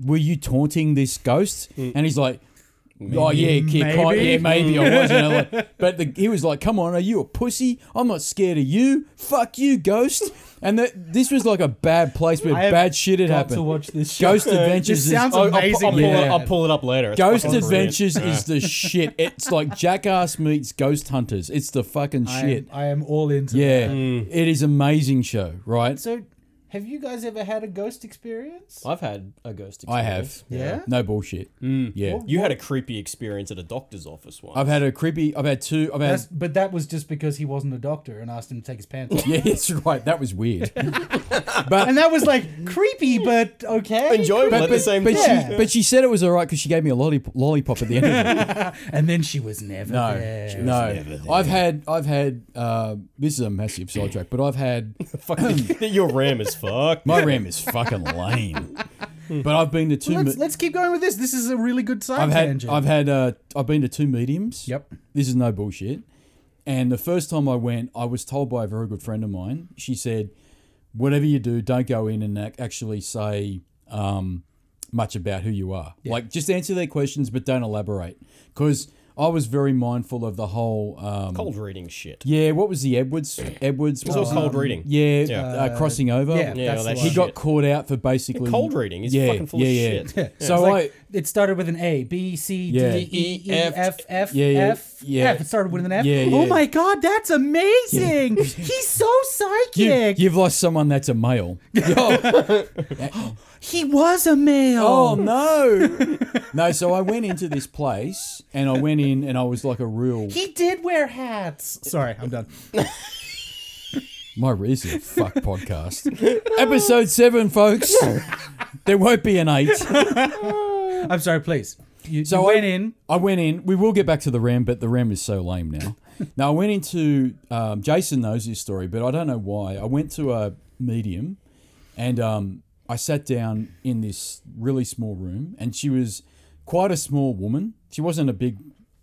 Were you taunting this ghost? And he's like, Oh yeah, kid, kind, Mm. Maybe. yeah, maybe I was. You know, like, but the, he was like, "Come on, are you a pussy? I'm not scared of you. Fuck you, Ghost." And that this was like a bad place where I have bad shit had got happened. to watch this show. Ghost Adventures This is- sounds I'll, I'll, I'll, amazing. pull it, yeah. I'll pull it up later. It's Ghost fucking brilliant. Adventures is the shit. It's like Jackass meets Ghost Hunters. It's the fucking I am- shit. I am all into yeah, that. it is amazing show, right? So, have you guys ever had a ghost experience? I've had a ghost experience. I have. Yeah? No bullshit. Yeah. You had a creepy experience at a doctor's office once. I've had a creepy. I've had two. I've had. That's, but that was just because he wasn't a doctor and asked him to take his pants off. yeah, that's right. That was weird. and that was like creepy, but okay. Enjoyable at the But, same but, time. she, but she said it was all right because she gave me a lollip- lollipop at the end of it. And then she was never No, there. no. I've had, I've had. Uh, this is a massive sidetrack, but I've had. Fucking, your ram is fucked. My RAM is fucking lame. Hmm. But I've been to 2 Let's, me- let's keep going with this. This is a really good side I've had, tangent. I've had, uh, I've been to two mediums. Yep. This is no bullshit. And the first time I went, I was told by a very good friend of mine. She said, "Whatever you do, don't go in and ac- actually say um, much about who you are. Like, just answer their questions, but don't elaborate." Because I was very mindful of the whole. Um, Cold reading shit. yeah, what was the Edwards? Edwards. It's all cold reading. Yeah, Yeah. Uh, crossing over. yeah, Yeah, well, that's the that one. He got Shit. caught out for basically Cold reading. He's fucking full of shit. Yeah. So It's I like, it started with an A, B, C, D, Yeah. E, E, F, F, Yeah, yeah, F, yeah. F. It started with an F. Yeah, Oh yeah. my God, that's amazing. He's so you, psychic. you've lost someone that's a male. he was a male. Oh no, no. So I went into this place, and I went in, and I was like a real. He did wear hats. Sorry, I'm done. My reason, fuck podcast. Episode seven, folks. There won't be an eight. I'm sorry, please. You, So uh, you I- went in. I went in. We will get back to the Ram, but the Ram is so lame now. now I went into. Um, Jason knows this story, but I don't know why. I went to a medium, and um, I sat down in this really small room, and she was quite a small woman. She wasn't a big,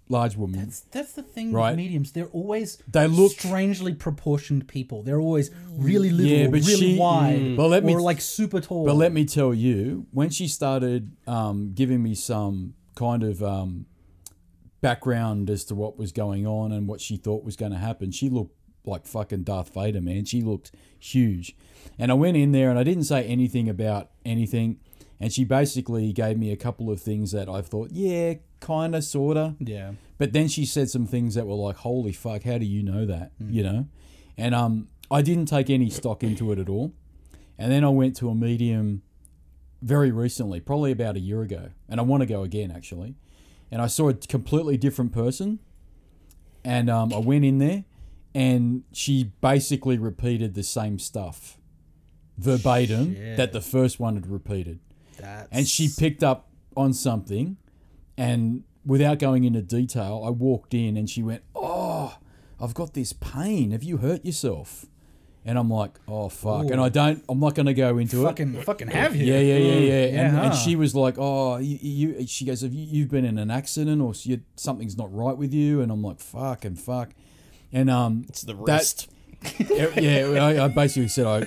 large woman. That's, that's the thing with Right. mediums. They're always They look- strangely proportioned people. They're always really little, Yeah, but really she- wide, Mm. But let me- or like super tall. But let me tell you, when she started um, giving me some kind of um, background as to what was going on and what she thought was going to happen, she looked like fucking Darth Vader, man. She looked huge. And I went in there and I didn't say anything about anything. And she basically gave me a couple of things that I thought, yeah, kind of, sort of. yeah. But then she said some things that were like, "Holy fuck, how do you know that?" You know, and um, I didn't take any stock into it at all. And then I went to a medium very recently, probably about a year ago, and I want to go again actually. And I saw a completely different person, and um, I went in there, and she basically repeated the same stuff verbatim that the first one had repeated That's and she picked up on something and without going into detail i walked in and she went oh i've got this pain have you hurt yourself and i'm like oh fuck and i don't i'm not going to go into it fucking fucking have you. yeah, yeah, yeah, yeah. and, yeah. and she was like, "Oh, you, you." She goes, "Have you, you've been in an accident, or you, something's not right with you?" And I'm like, "Fuck and fuck," and um, It's the that- wrist. yeah, I, I basically said, "I." I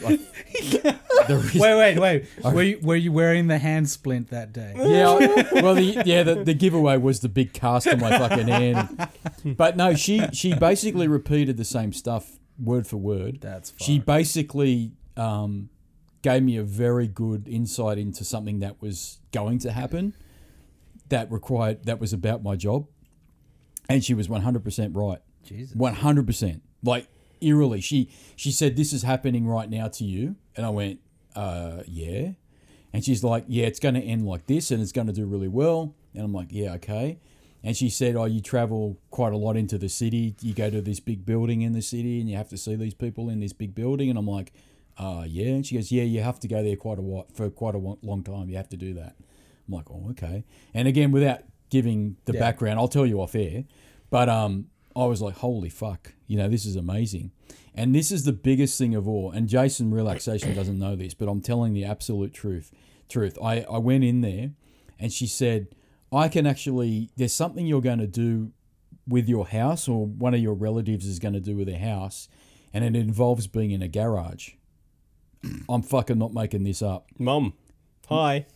the wrist- Wait, wait, wait. Were you, were you wearing the hand splint that day? Yeah, I- well, the, yeah, the, the giveaway was the big cast on my fucking hand. But no, she she basically repeated the same stuff word for word. That's fine. she basically um, gave me a very good insight into something that was going to happen. That required that was about my job, and she was one hundred percent right. Jesus. One hundred percent, like eerily. She she said, "This is happening right now to you," and I went, "Uh, yeah." And she's like, "Yeah, it's going to end like this, and it's going to do really well." And I'm like, "Yeah, okay." And she said, "Oh, you travel quite a lot into the city. You go to this big building in the city, and you have to see these people in this big building." And I'm like, "Uh, yeah." And she goes, "Yeah, you have to go there quite a while for quite a wa- long time. You have to do that." I'm like, "Oh, okay." And again, without giving the background, I'll tell you off air. But um, I was like, holy fuck, you know, this is amazing. And this is the biggest thing of all. And Jason Relaxation doesn't know this, but I'm telling the absolute truth. Truth. I, I went in there and she said, I can actually, there's something you're going to do with your house or one of your relatives is going to do with their house. And it involves being in a garage. I'm fucking not making this up, Mum, hi.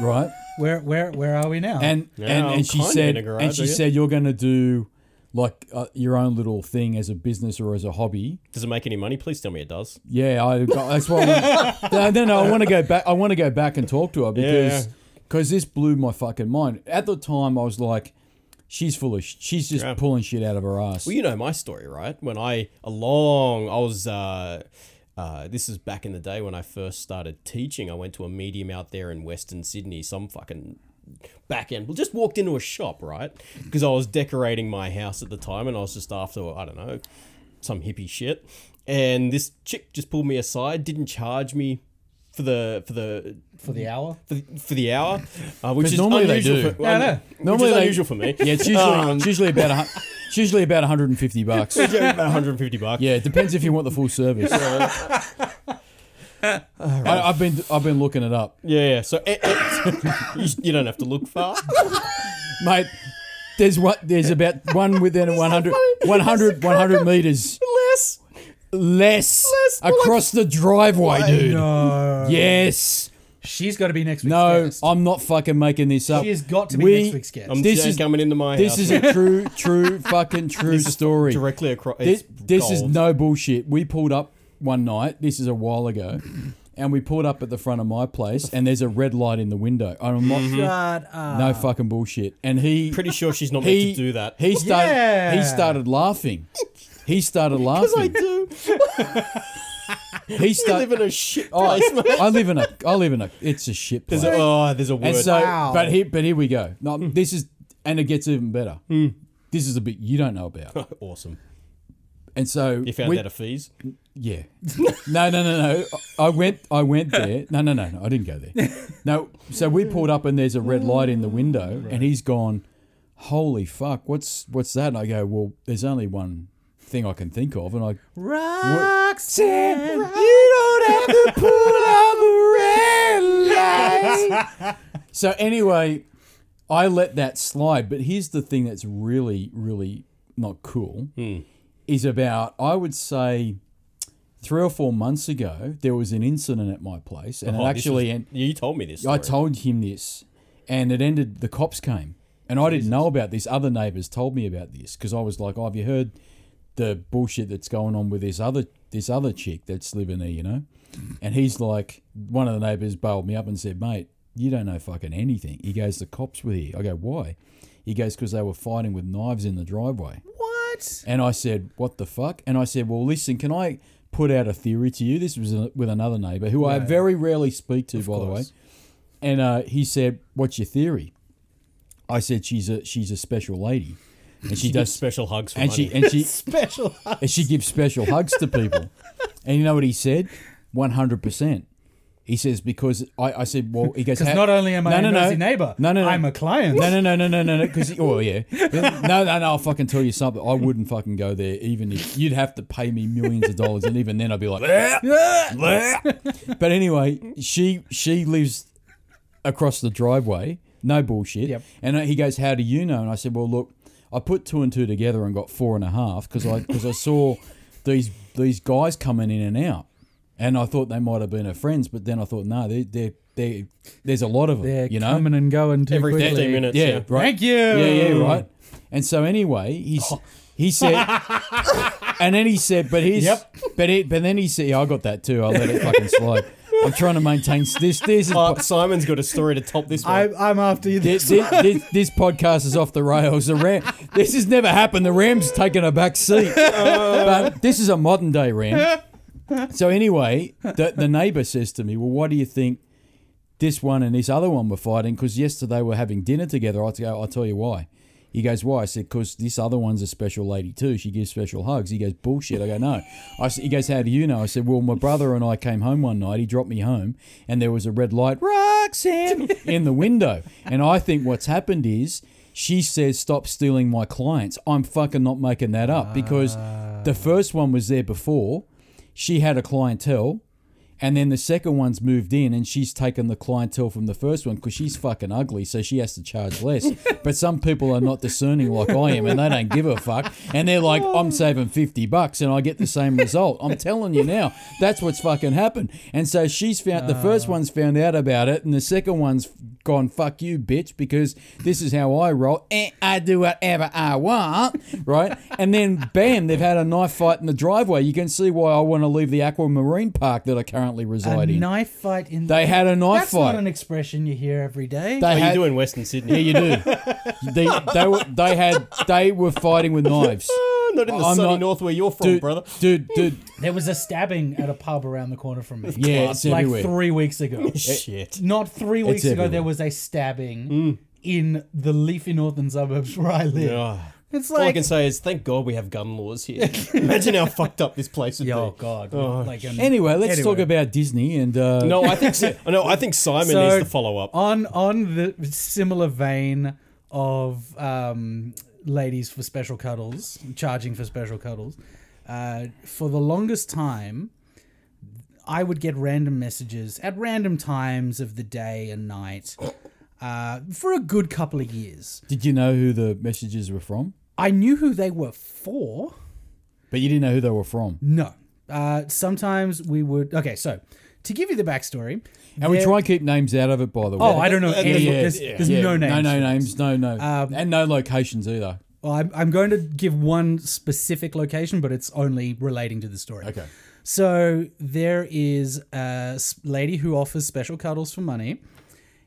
right? Where where where are we now? and and, I'm and she kinda said in a garage, and she I guess. said you're going to do like uh, your own little thing as a business or as a hobby. Does it make any money? Please tell me it does. Yeah, I, that's why. I want- no, no, no, I want to go back. I want to go back and talk to her because Yeah. because this blew my fucking mind. At the time, I was like, she's full of. sh- She's just Yeah. pulling shit out of her ass. Well, you know my story, right? When I a long, I was. Uh, uh, this is back in the day when I first started teaching. I went to a medium out there in Western Sydney. Some fucking back end. Just walked into a shop, right? Because I was decorating my house at the time, and I was just after I don't know some hippie shit. And this chick just pulled me aside. Didn't charge me for the for the for the hour. for the, for the hour, uh, which is normally they unusual. do. For, No, no. which Normally is they- unusual for me. yeah, it's usually Um, it's usually about a, hun- it's usually about 150 bucks. about 150 bucks. Yeah, it depends if you want the full service. I, I've been I've been looking it up, Yeah, yeah. So eh, eh, you, you don't have to look far. mate. There's what there's about one within 100 100 100 meters Less. less, Less, well, across the driveway, dude. No. Yes. She's got to be next week's No, guest. I'm not fucking making this up. She has got to be We- next week's guest. I'm This this is- is coming into my This house. is a true, true, fucking true story. directly across. This, this is no bullshit. We pulled up one night. This is a while ago, and we pulled up at the front of my place, and there's a red light in the window. And I'm not, Shut up. no fucking bullshit. And he, Mm-hmm. Pretty sure she's not he, meant to do that. He started. He Yeah. started laughing. He started Because I laughing. do. He I live started. in a shit Oh, place, mate. I live in a. I live in a. It's a shit place. There's a, oh, there's a word. And so, Wow. but here, but here we go. No, Hmm. this is, and it gets even better. This is a bit you don't know about, awesome. and so You found we- out a fees. yeah. no, no, no, no. I went, I went there. No, no, no, no. I didn't go there. No. So we pulled up, and there's a red light in the window, and he's gone. Holy fuck! What's what's that? And I go, well, there's only one thing I can think of, and I Roxanne. you don't have to pull out the red light. so anyway, I let that slide. But here's the thing that's really, really not cool Hmm. is about I would say three or four months ago there was an incident at my place, and Oh, it this actually was- en- you told me this. I story. told him this, and it ended. The cops came, and I didn't know about this. Other neighbours told me about this because I was like, oh, "Have you heard the bullshit that's going on with this other this other chick that's living there?" You know, and he's like, one of the neighbours bailed me up and said, "Mate, you don't know fucking anything." He goes, "The cops were here." I go, "Why?" He goes, "Because they were fighting with knives in the driveway." What? And I said, "What the fuck?" And I said, "Well, listen, can I put out a theory to you?" This was uh, with another neighbor who I very rarely speak to, by the way. course. And uh, he said, "What's your theory?" I said, "She's a she's a special lady, and she does special hugs for and money. she and she Special. and she gives special hugs to people." And you know what he said? One hundred percent. He says because I, I said, "Well," he goes, Because "How-" not only am I No, a no, no. nosy neighbor, No, no, no. I'm a client. No, no, no, no, no, no, no. Because oh yeah, no, no, no. I'll fucking tell you something. I wouldn't fucking go there, even if you'd have to pay me millions of dollars, and even then I'd be like, "Bleh, bleh." but anyway, she she lives across the driveway. No bullshit. Yep. And uh, he goes, "How do you know?" And I said, "Well, look, I put two and two together and got four and a half because I because I saw these these guys coming in and out, and I thought they might have been her friends, but then I thought, no, they they they there's a lot of them, They're you know." coming and going too Every quickly. 15 minutes. Yeah, Yeah. right. Thank you. Yeah, yeah, right. And so anyway, he's he said, and then he said, but he's Yep. but it, but then he said, yeah, I got that too. I let it fucking slide. I'm trying to maintain s- this. This is. Uh, Simon's got a story to top this one. I, I'm after you. This, this, this, this podcast is off the rails. The Ram, this has never happened. The Rams taking a back seat. But this is a modern day Ram. So anyway, the, the neighbour says to me, "Well, why do you think this one and this other one were fighting? Because yesterday they were having dinner together." I go, "I'll tell you why." He goes, "Why?" I said, "Because this other one's a special lady too. She gives special hugs." He goes, "Bullshit." I go, "No." I s he goes, "How do you know?" I said, "Well, my brother and I came home one night. He dropped me home, and there was a red light, Roxanne, in the window. And I think what's happened is She says, "Stop stealing my clients." I'm fucking not making that up because the first one was there before. She had a clientele, and then the second one's moved in, and she's taken the clientele from the first one because she's fucking ugly, so she has to charge less. but some people are not discerning like I am, and they don't give a fuck, and they're like, "I'm saving fifty bucks, and I get the same result." I'm telling you now, that's what's fucking happened. And so she's found the first Ah. one's found out about it, and the second one's gone, "Fuck you, bitch," because this is how I roll. Eh, I do whatever I want, right? And then, bam, they've had a knife fight in the driveway. You can see why I want to leave the aquamarine park that I currently A reside in. knife fight in They had a knife That's fight. not an expression you hear every day. They Oh, you had- do in Western Sydney. Yeah, you do. they, they were they had they were fighting with knives. Ah, not in the I'm sunny not- north where you're from, Dude, brother. dude, dude. there was a stabbing at a pub around the corner from me. Yeah, it's like everywhere. three weeks ago. Shit. Mm. Not three weeks ago, everywhere. there was a stabbing in the leafy northern suburbs where I live. Ah. It's All I like, can say is thank God we have gun laws here. Imagine how fucked up this place would oh be. god. like, um, Anyway, let's Anyway. talk about Disney and uh, No, I think si- no, I think Simon So- needs to follow up. on on the similar vein of um, ladies for special cuddles, charging for special cuddles. Uh, for the longest time, I would get random messages at random times of the day and night uh, for a good couple of years. Did you know who the messages were from? I knew who they were for. But you didn't know who they were from. No. Uh, sometimes we would. Okay, so to give you the backstory. And we there- try and keep names out of it, by the way. Oh, I don't know. Yeah, any- yeah, there's yeah. there's Yeah, no names. Um, No, no names. No, no. and no locations either. Well, I'm, I'm going to give one specific location, but it's only relating to the story. Okay. So there is a s- lady who offers special cuddles for money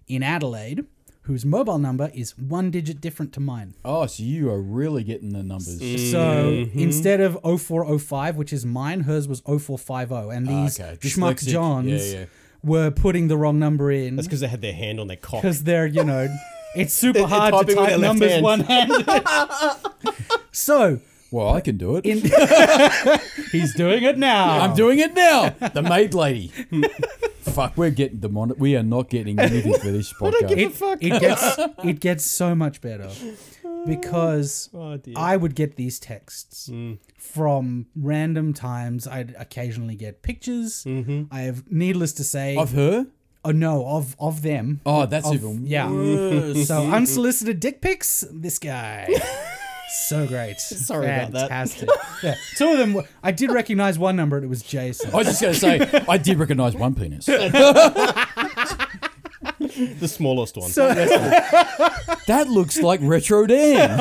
in Adelaide, whose mobile number is one digit different to mine. Oh, so you are really getting the numbers. So Mm-hmm. instead of 0405, which is mine, hers was 0450. And these Ah, okay. schmuck Dyslexic. Yeah, Johns yeah. were putting the wrong number in That's because they had their hand on their cock. because they're you know it's super They're hard typing to with type their left numbers hand. one handed. so Well, I can do it. in he's doing it now I'm doing it now. The maid lady. Fuck, we're getting demonic. We are not getting anything for this podcast. it, it gets it gets so much better because Oh, dear. I would get these texts Mm. from random times. I'd occasionally get pictures. I have, needless to say, Mm-hmm. Of her? oh no, of of them. Oh, that's Of- even. yeah. so unsolicited dick pics. This guy. So great. Sorry about that. Fantastic. Yeah. Two of them. Were, I did recognize one number, and it was Jason. I Oh, was just going to say, I did recognize one penis. the smallest one. So, That looks like Retro Dan.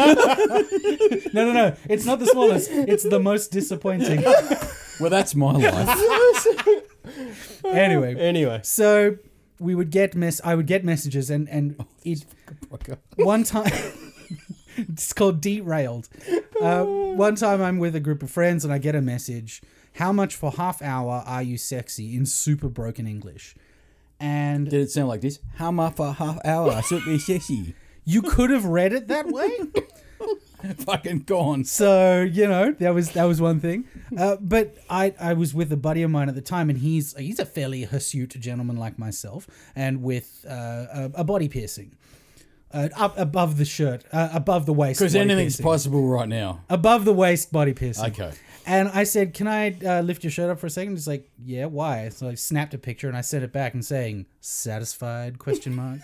No, no, no. It's not the smallest. It's the most disappointing. Well, that's my life. Anyway, anyway, so we would get mess. I would get messages, and and it one time. it's called derailed. Uh, one time, I'm with a group of friends, and I get a message. How much for half hour are you sexy in super broken English? And Did it sound like this? How much for half hour? I should be sexy. you could have read it that way. Fucking gone. So you know that was that was one thing, uh, but I I was with a buddy of mine at the time, and he's he's a fairly hirsute gentleman like myself, and with uh, a, a body piercing, uh, up above the shirt, uh, above the waist. Because body anything's piercing. possible right now. above the waist body piercing. Okay. And I said, "Can I uh, lift your shirt up for a second? He's like, "Yeah, why?" So I snapped a picture and I sent it back and saying, "Satisfied?" Question mark.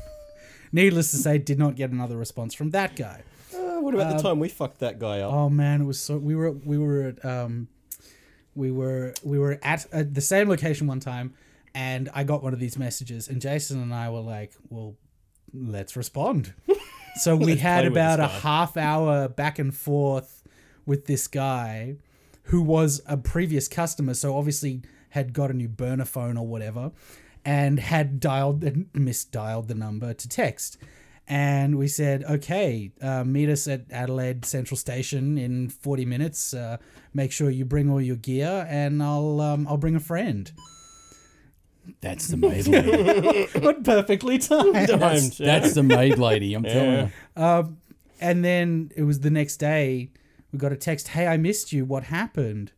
Needless to say, did not get another response from that guy. uh, what about the time we fucked that guy up? Oh man, it was so we were we were at um we were we were at uh, the same location one time and I got one of these messages and Jason and I were like, well, let's respond. So we had play with this about a guy. half hour back and forth with this guy who was a previous customer, so obviously had got a new burner phone or whatever, and had dialed and misdialed the number to text. And we said, okay, uh, meet us at Adelaide Central Station in 40 minutes. Uh, make sure you bring all your gear, and I'll um, I'll bring a friend. That's the maid lady. But Oh, perfectly timed. Timed, yeah. That's the maid lady, I'm telling you. And then it was the next day, we got a text, hey, I missed you. What happened?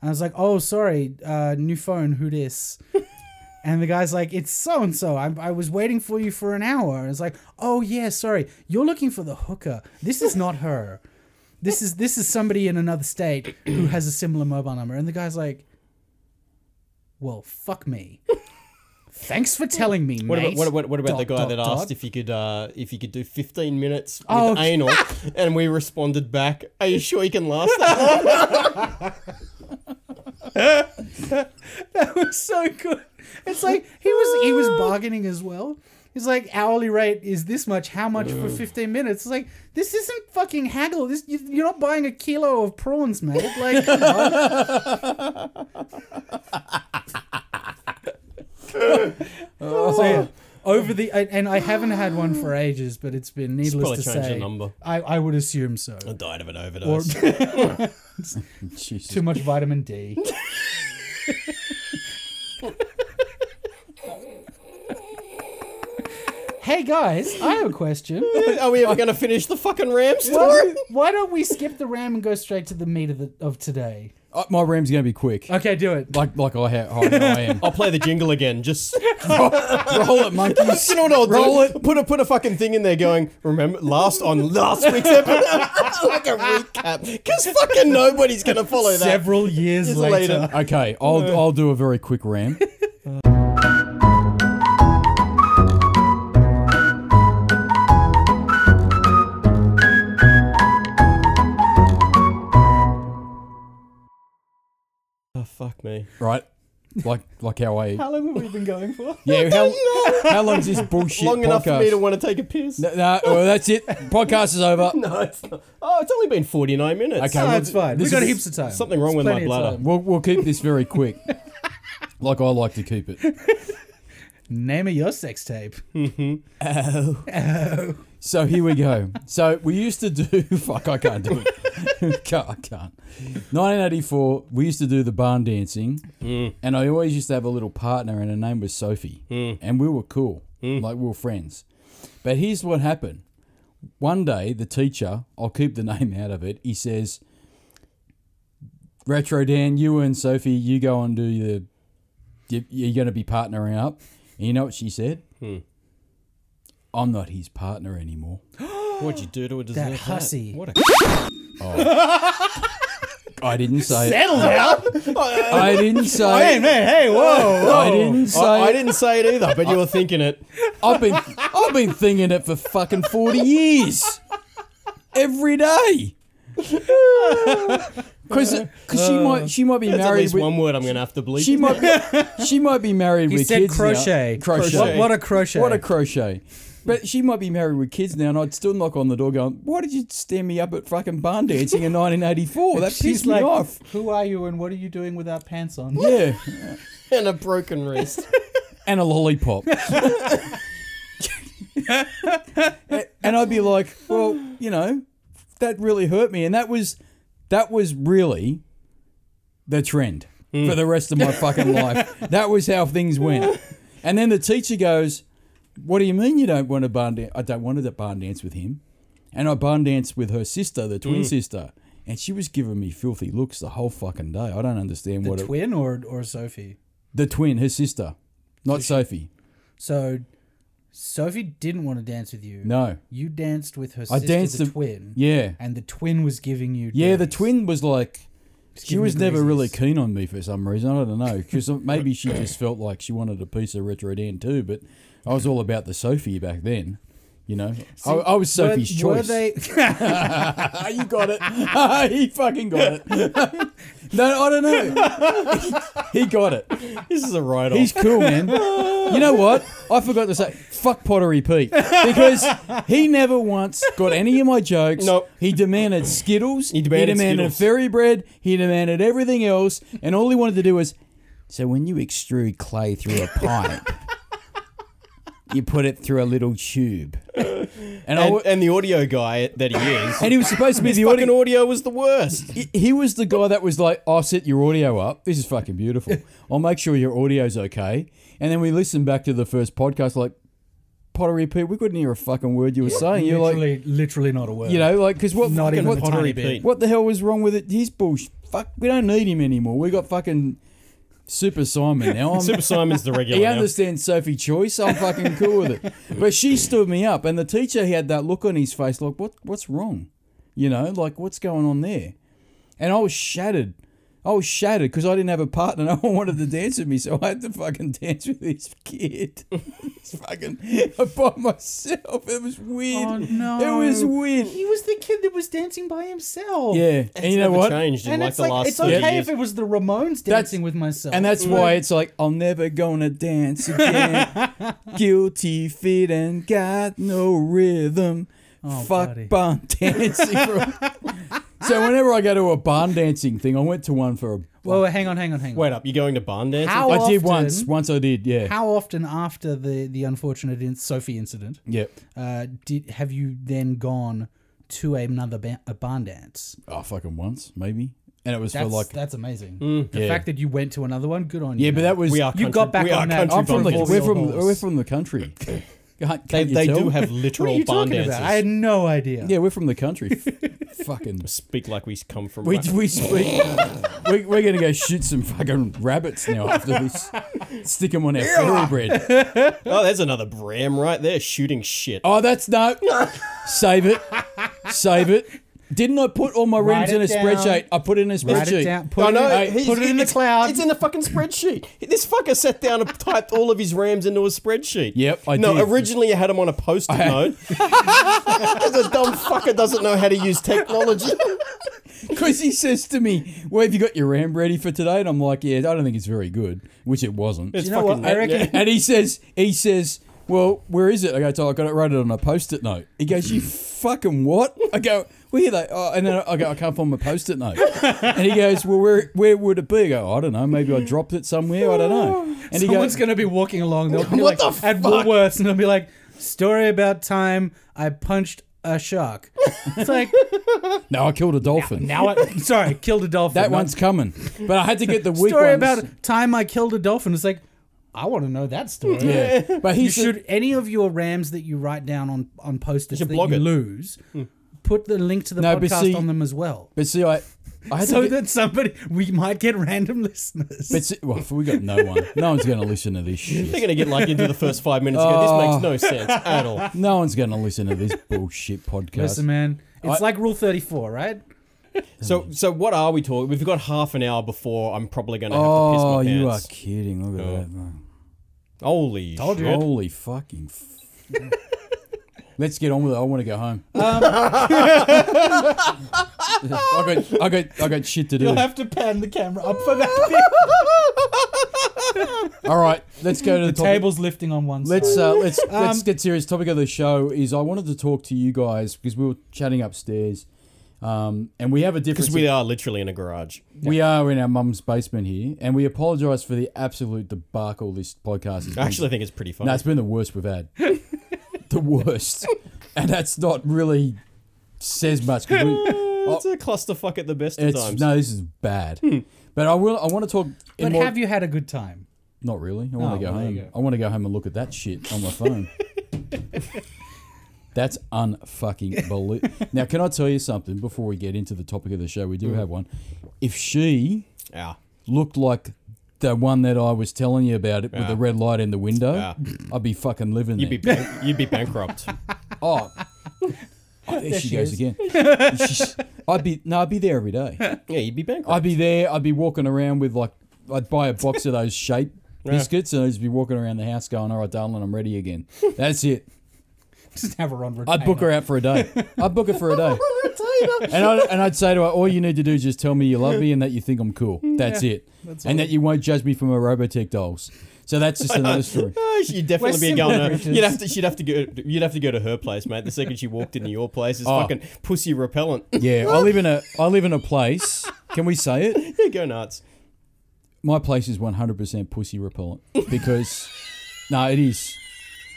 And I was like, oh, sorry, uh, new phone, who dis? And the guy's like, "It's so and so. I I was waiting for you for an hour." And it's like, "Oh yeah, sorry. You're looking for the hooker. This is not her. This is this is somebody in another state who has a similar mobile number." And the guy's like, "Well, fuck me. Thanks for telling me, What mate." about, what, what, what about the guy Dot, that dot, asked dot. if you could uh, if you could do 15 minutes with Oh. anal, and we responded back, "Are you sure you can last that long?" That was so good. It's like he was he was bargaining as well. He's like hourly rate is this much. How much for fifteen minutes? It's like this isn't fucking haggle. This you, you're not buying a kilo of prawns, mate. Like come on. So, yeah, over the and and I haven't had one for ages, but it's been needless probably to changed the say. number. I I would assume so. I died of an Or overdose. Jesus. too much vitamin D. hey guys, I have a question. Are we ever going to finish the fucking Ram story? Why, why don't we skip the ram and go straight to the meat of, the, of today? Uh, my ram's going to be quick. Okay, do it. Like like I, ha- I, I am. I'll play the jingle again. Just Roll it, monkeys. you know what I'll do? Roll it. Put a put a fucking thing in there going. Remember last on last week's episode, like a recap, because fucking nobody's going to follow that. Several years Years later. later. Okay, I'll I'll do a very quick ram. Oh, fuck me. Right, like like how I How long have we been going for? yeah. How, how long's this bullshit Long podcast? enough for me to want to take a piss. No, no, well, that's it. Podcast is over. No, it's not. Oh, it's only been 49 minutes. Okay, No, well, it's fine. this We've got is heaps of time. Something wrong with There's my plenty of bladder. time. We'll we'll keep this very quick, like I like to keep it. Name of your sex tape. So here we go. So we used to do. Fuck, I can't do it. can't, I can't. 1984, we used to do the barn dancing, and I always used to have a little partner, and her name was Sophie, and we were cool, like we were friends. But here's what happened. One day, the teacher, I'll keep the name out of it, he says, Retro Dan, you and Sophie, you go and do the. you- You're going to be partnering up. And you know what she said? I'm not his partner anymore. What'd you do to it? That hussy. What a I didn't say it. Settle down. Oh, uh, I didn't hey, say it. man. Hey, whoa. I didn't say I, I it. didn't say it either, but you were thinking it. I've been I've been thinking it for fucking forty years, every day. Because she might she might be That's at married least with one word I'm going to have to bleep. she might she might be married He with said kids now. crochet. crochet What, what a crochet. what a crochet. But she might be married with kids now, and I'd still knock on the door going, "Why did you stand me up at fucking barn dancing in 1984? That pissed She's like, me off." who are you and what are you doing without pants on? Yeah, and a broken wrist. and a lollipop. and I'd be like, well, you know, that really hurt me. And that was that was really the trend for the rest of my fucking life. That was how things went. And then the teacher goes, What do you mean you don't want to barn dance? I don't want to barn dance with him. And I barn danced with her sister, the twin sister. And she was giving me filthy looks the whole fucking day. I don't understand what it, Twin or, or Sophie? the twin, her sister, not Sophie. So Sophie didn't want to dance with you. No, You danced with her I sister, danced the the- twin. yeah. And the twin was giving you Yeah, the days. twin was like, she giving was you never greasies. really keen on me for some reason. I don't know because maybe she just felt like she wanted a piece of retro Dan too. But I was all about the Sophie back then. You know, I, I was Were- Sophie's were choice. they- you got it. he fucking got it. no, I don't know. he got it. this is a write off. He's cool, man. You know what? I forgot to say, fuck Pottery Pete because he never once got any of my jokes. Nope. He demanded Skittles. He demanded Skittles. fairy bread. He demanded everything else, and all he wanted to do was. So when you extrude clay through a pipe, you put it through a little tube, and I And, w- and the audio guy that he is. and he was supposed to be the fucking audio. audio was the worst. He- He was the guy that was like, I'll set your audio up. This is fucking beautiful. I'll make sure your audio's okay. And then we listened back to the first podcast, like, Pottery Pete, we couldn't hear a fucking word you were saying. You're like, literally, literally not a word. you know, like, because what, not fucking- even what, a tiny Pottery bit. Pete. what the hell was wrong with it? He's bullshit. Fuck, we don't need him anymore. We got fucking Super Simon. Now I'm. Super Simon's the regular. he now. understands Sophie Choice. I'm fucking cool with it. But she stood me up, and the teacher had that look on his face, like what what's wrong, you know, like what's going on there, and I was shattered. I was shattered because I didn't have a partner. No one wanted to dance with me, so I had to fucking dance with this kid. It's fucking by myself. It was weird. Oh, no. It was weird. He was the kid that was dancing by himself. Yeah, and you know Never what? Changed in And like it's the like, last it's 30 okay years. if it was the Ramones dancing with myself. And that's why it's like I'm never gonna dance again. Guilty feet and got no rhythm. Fuck Oh, buddy. barn dancing. bro. so whenever I go to a barn dancing thing, I went to one for a. Whoa, whoa, hang on, hang on, hang on. Wait up, you're going to barn dancing? How I did often- once. Once I did. Yeah. How often after the the unfortunate in- Sophie incident, yep. uh, did have you then gone to another ba- a barn dance? Oh, fucking once maybe. And it was That's for like. that's amazing. the yeah. fact that you went to another one, good on you. yeah, but that was. We are. You country- got back we are on that. country I'm from the. bumpkins. We're from. Horse. We're from the country. Can't- They, can't you they do tell? have What are literal you barn talking dances. about? I had no idea. Yeah, we're from the country. fucking. Speak like we come from. We, Ra- we speak. we, we're going to go shoot some fucking rabbits now after this. Stick them on our federal bread. oh, there's another Bram right there shooting shit. Oh, that's no. Save it. Save it. Didn't I put all my Write rooms in a it down. spreadsheet? I put it in a Write it spreadsheet. down. Put, I it, know, in, he's- put it in the it's- cloud. It's in the fucking spreadsheet. This fucker sat down and typed all of his rams into a spreadsheet. Yep, I no, did. originally I had him on a post-it note. Because a dumb fucker doesn't know how to use technology. Because he says to me, Well, have you got your RAM ready for today? And I'm like, Yeah, I don't think it's very good, which it wasn't. It's know what? I reckon- yeah. and he says, He says, Well, where is it? I go, "Oh, I got it wrote it on a post it note. He goes, You fucking what? I go, Where are they? Oh, and then I go, I can't find my post it note. And he goes, Well, where where would it be? I go, I don't know. Maybe I dropped it somewhere. I don't know. And he Someone's goes, gonna be walking along. They'll be What like the at fuck? Woolworths, and they'll be like, "Story about time I punched a shark." It's like No, I killed a dolphin. now I sorry killed a dolphin. that Not- one's coming. But I had to get the weak story ones. about time I killed a dolphin. It's like I want to know that story. Yeah. But he You should. should any of your rams that you write down on on posters should that blog you it. lose, put the link to the Hmm. No, but podcast see- on them as well, But see, I. I had so to get, that somebody we might get random listeners. but see, well, we got no one. No one's going to listen to this They're shit. going to get like into the first five minutes. and go, this makes Oh. no sense at all. No one's going to listen to this bullshit podcast. Listen, man, it's I- like Rule Thirty Four, right? So, so what are we talking? We've got half an hour before I'm probably going to have to piss my oh, pants. Oh. you are kidding! Look at that. man. Holy Told shit! Holy fucking. F- Let's get on with it. I want to go home. Um, I got, I got, I got shit to do. You'll have to pan the camera up for that. bit. All right, let's go to the, the topic. table's lifting on one side. Let's uh, let's Um, let's get serious. Topic of the show is I wanted to talk to you guys because we were chatting upstairs, um, and we have a difference. Because we are literally in a garage. We are in our mum's basement here, and we apologise for the absolute debacle this podcast is. I actually think it's pretty funny. No, it's been the worst we've had. the worst. And that's not really says much. 'cause we, it's a clusterfuck at the best of Oh. it's, times. Hmm. no, this is bad. But I will. I want to talk. in But more- have you had a good time? Not really. I want Oh, to go well, there home. you go. I want to go home and look at that shit on my phone. That's unfucking believable. now, can I tell you something before we get into the topic of the show? We do Hmm. have one. If she Yeah. looked like the one that I was telling you about it with Yeah. the red light in the window, Yeah. I'd be fucking living You'd there. be bank- you'd be bankrupt. oh, oh, there, she, she goes is. again. She's- I'd be no, I'd be there every day. Yeah, you'd be bankrupt. I'd be there. I'd be walking around with like I'd buy a box of those shape biscuits and I'd just be walking around the house going, "All right, darling, I'm ready again." That's it. Just have her on retainer. I'd book her out for a day. I'd book her for a day. And I'd, and I'd say to her, all you need to do is just tell me you love me and that you think I'm cool. That's it. and that you won't judge me for my Robotech dolls. So that's just another story. Ah, she'd definitely be simple going. To, creatures. you'd have to. She'd have to go. You'd have to go to her place, mate. The second she walked into your place, it's Oh. fucking pussy repellent. Yeah, I live in a I live in a place. Can we say it? Yeah, go nuts. my place is 100% pussy repellent because no it is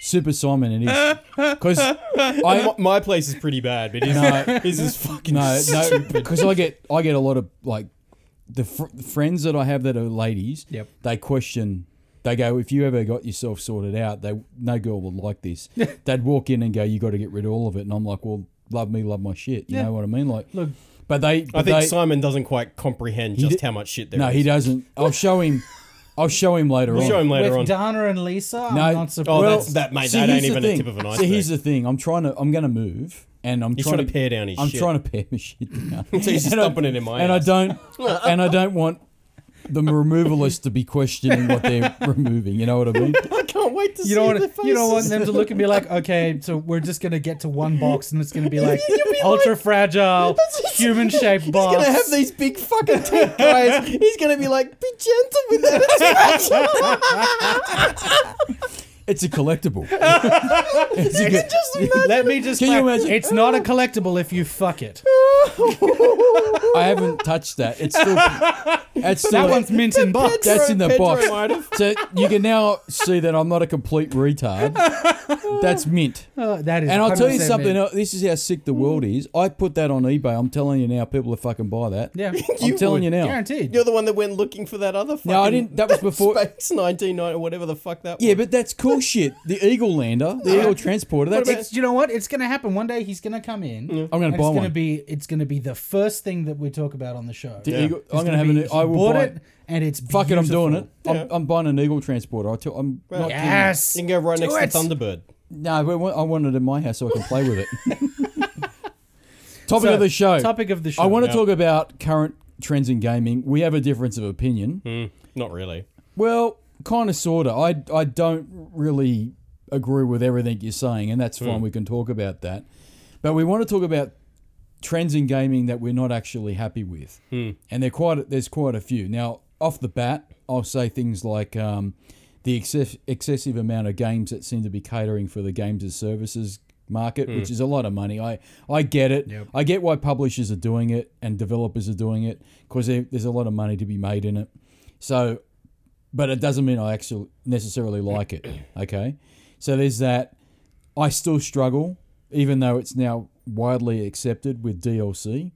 super simon it is because My, i my place is pretty bad, but his, No. his is fucking. no no stupid. because i get i get a lot of like the fr- friends that i have that are ladies Yep. they question they go if you ever got yourself sorted out they no girl would like this they'd walk in and go you got to get rid of all of it and i'm like well love me love my shit you know what i mean like Look. but they I but think they, Simon doesn't quite comprehend just di- how much shit there is. no he doesn't i'll show him I'll show him later We'll on. show him later With on. Dana and Lisa, I'm No. not surprised. Oh, that's that mate. See, that here's ain't the even thing. a tip of an See, iceberg. here's the thing. I'm trying to. I'm going to move, and I'm He's trying, trying to pare down his I'm shit. trying to pare his shit down. so he's just And I- dumping it in my and I ass. don't and I don't want the removalists to be questioning what they're removing. You know what I mean? I can't wait to you don't want you don't want them to look and be like, okay, so we're just gonna get to one box and it's gonna be like ultra fragile, human shaped box. He's gonna have these big fucking tank guys. He's gonna be like, be gentle with that. It's It's a collectible. It's a good- Let me just. Can you clar- imagine? It's not a collectible if you fuck it. I haven't touched that. It's still that's still That one's mint in box. that's in the Pedro box. might have. So you can now see that I'm not a complete retard. That's mint. Oh, that is. And I'll tell you 100% something mint. else. This is how sick the world is. I put that on eBay. I'm telling you now, people are fucking buy that. Yeah, I'm telling you now. guaranteed. You're the one that went looking for that other. Fucking No, I didn't. That was before. Space 1990 or whatever the fuck that Yeah, was. but that's cool shit. The Eagle Lander, the Eagle Transporter. That's It's, you know what? It's gonna happen one day. He's gonna come in. I'm going And to it's buy gonna one. be it's gonna be the first thing that we talk about on the show. The It's Eagle- I'm going to gonna have be- an. I he will bought buy it, and it's Fuck it, I'm doing it. beautiful. I'm, I'm buying an Eagle Transporter. I tell, I'm not kidding. Yes, You can go right Do next it. to Thunderbird. No, but I want- I want it in my house so I can play with it. topic So, of the show. Topic of the show. I want to yeah. talk about current trends in gaming. We have a difference of opinion. Not really. Well, kind of, sorta. I I don't really agree with everything you're saying, and that's fine. We can talk about that, but we want to talk about trends in gaming that we're not actually happy with, and they're quite there's quite a few. Now, off the bat, I'll say things like. Um, the excess, excessive amount of games that seem to be catering for the games as services market, which is a lot of money. I, I get it. I get why publishers are doing it and developers are doing it because there's a lot of money to be made in it. So but it doesn't mean I actually necessarily like it. Okay, so there's that. I still struggle, even though it's now widely accepted with DLC,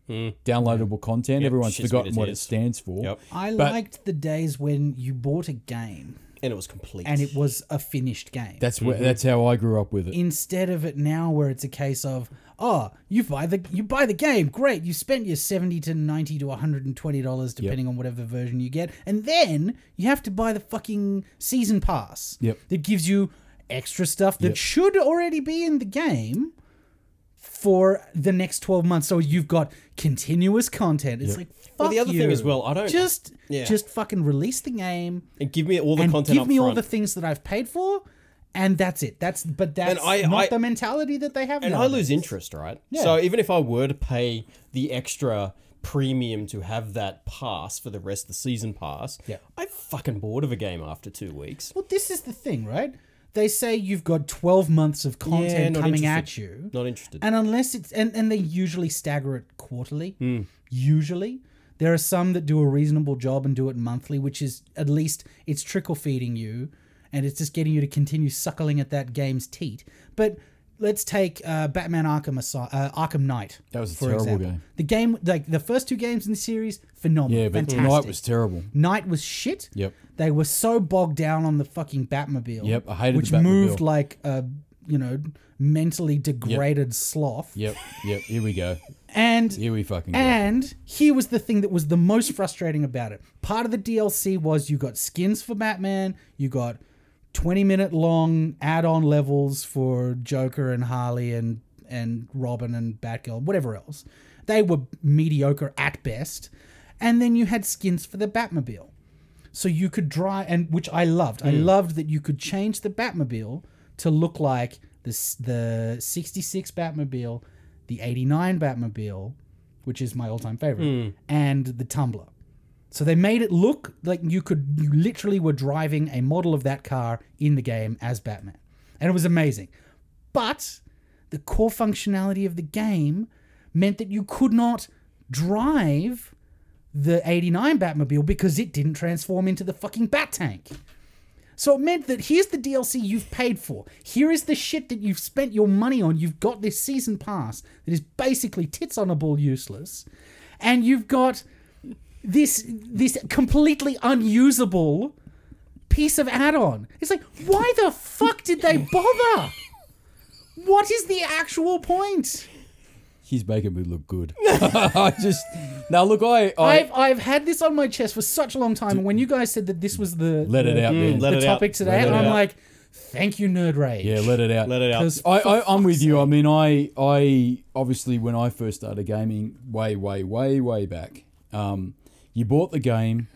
downloadable content. Everyone's Hmm. shits me to forgotten what it tears. stands for. Yep. I But- liked the days when you bought a game And it was complete. and it was a finished game. That's where, Mm-hmm. that's how I grew up with it. Instead of it now where it's a case of, oh, you buy the you buy the game, great, you spent your seventy to ninety to hundred and twenty dollars depending on whatever version you get, and then you have to buy the fucking season pass. Yep. That gives you extra stuff that should already be in the game for the next twelve months. So you've got continuous content. It's like fuck Well, the other thing as you. well, I don't- just Yeah. just fucking release the game And give me all the and content give up me all front. the things that I've paid for, and that's it. That's but that's I- not I- the mentality that they have. and I nowadays. lose interest, right? So even if I were to pay the extra premium to have that pass for the rest of the season pass, Yeah. I'm fucking bored of a game after two weeks. Well, this is the thing, right? They say you've got twelve months of content not coming interested. at you, Not interested. and unless it's and and they usually stagger it quarterly. Hmm. Usually, there are some that do a reasonable job and do it monthly, which is at least it's trickle feeding you, and it's just getting you to continue suckling at that game's teat. But let's take uh, Batman Arkham Asi- uh, Arkham Knight. That was a for terrible example. game. The game, like the first two games in the series, phenomenal. Yeah, but fantastic. Night was terrible. Night was shit. Yep. They were so bogged down on the fucking Batmobile. Yep, I hated the which Batmobile. moved like a you know mentally degraded sloth. Yep, yep. Here we go. And Here we fucking go. and here was the thing that was the most frustrating about it. Part of the DLC was you got skins for Batman, you got 20 minute long add on levels for Joker and Harley and, and Robin and Batgirl, whatever else. They were mediocre at best. And then you had skins for the Batmobile. So you could dry, and which I loved. I loved that you could change the Batmobile to look like the, s- the 66 Batmobile, the 89 Batmobile, which is my all-time favorite, and the Tumbler. So they made it look like you could you literally were driving a model of that car in the game as Batman. And it was amazing. But the core functionality of the game meant that you could not drive the 89 Batmobile because it didn't transform into the fucking Bat Tank. So it meant that here's the DLC you've paid for. Here is the shit that you've spent your money on. You've got this season pass that is basically tits on a ball useless. And you've got this this completely unusable piece of add-on. It's like, why the fuck did they bother? What is the actual point? his bacon would look good. I just now look, I, I I've I've had this on my chest for such a long time. And when you guys said that this was the let it out, man. let the it out. topic today, Let it and I'm out. like, thank you, Nerd Rage. yeah, let it out. Let it out. Because I, I I'm with you. I mean, I I obviously when I first started gaming, way way way way back, um, you bought the game,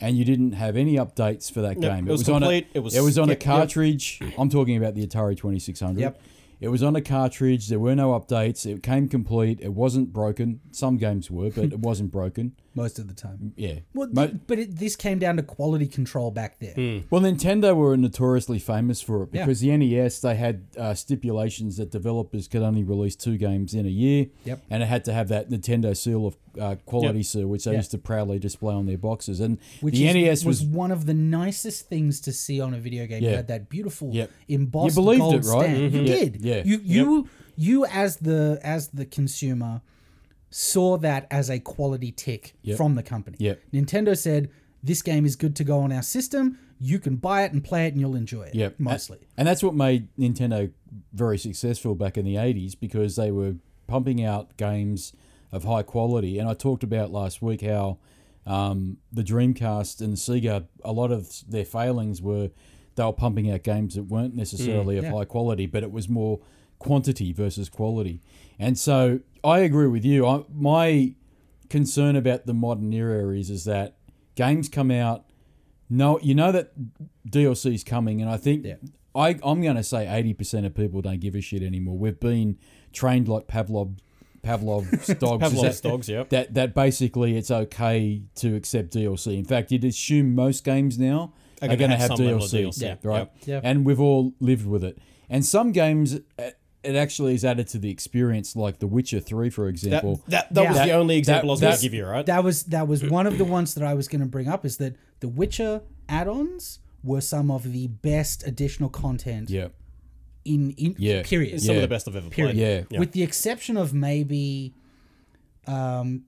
and you didn't have any updates for that Nope, game. it was on a complete, it was- on a yep, yep. cartridge. I'm talking about the Atari 2600. Yep. It was on a cartridge. There were no updates. It came complete. It wasn't broken. Some games were, but it wasn't broken. most of the time. Yeah. Well, Mo- Hmm. th- but it, this came down to quality control back there. Well, Nintendo were notoriously famous for it Yeah. because the NES they had uh, stipulations that developers could only release two games in a year, Yep. and it had to have that Nintendo seal of uh, quality seal, which they Yeah. used to proudly display on their boxes. And Which the is- NES was, one of the nicest things to see on a video game. Yeah. You had that beautiful Yep. embossed You believed gold it, right? Mhm. stand. You Yeah, did. yeah. You you you as the as the consumer saw that as a quality tick Yep. from the company. Yep. Nintendo said this game is good to go on our system. You can buy it and play it, and you'll enjoy it. yeah, mostly. and, and that's what made Nintendo very successful back in the '80s because they were pumping out games of high quality. And I talked about last week how um, the Dreamcast and the Sega, a lot of their failings were they were pumping out games that weren't necessarily of Mm. yeah. high quality, but it was more quantity versus quality. And so I agree with you. I, my concern about the modern era is is that games come out. No, you know that DLC is coming, and I think I, I'm going to say 80% of people don't give a shit anymore. We've been trained like Pavlov, Pavlov's dogs. Is Pavlov's that- dogs, yep. that that basically it's okay to accept DLC. In fact, you'd assume most games now are, gonna going to have have, some level of DLC, DLC, Yeah. right? yeah. And we've all lived with it. And some games, uh, it actually is added to the experience, like The Witcher Three, for That, example. that, that Yeah. was the That- only that- example I was going to that's- give you, right? That was that was one of the ones that I was going to bring up is that the Witcher add-ons were some of the best additional content yeah, in in Yeah. period. It's Some of yeah. the best I've ever Period. played. yeah, Yeah. with the exception of maybe um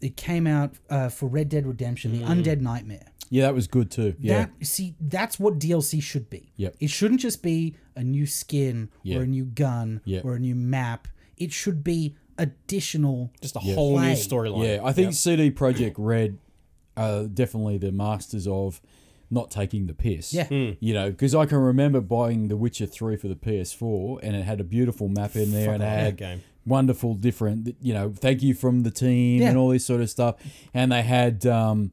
it came out uh, for Red Dead Redemption, the Undead Nightmare. yeah. That was good too. Mm. Yeah, That see, that's what DLC should be. Yep. It shouldn't just be a new skin Yeah. or a new gun Yeah. or a new map. It should be additional Just a whole Play. new storyline. yeah. I think CD Project Red are definitely the masters of not taking the piss. Yeah. you know, because I can remember buying The Witcher Three for the PS4, and it had a beautiful map in there, and it had game. wonderful different you know thank you from the team Yeah. and all this sort of stuff and they had um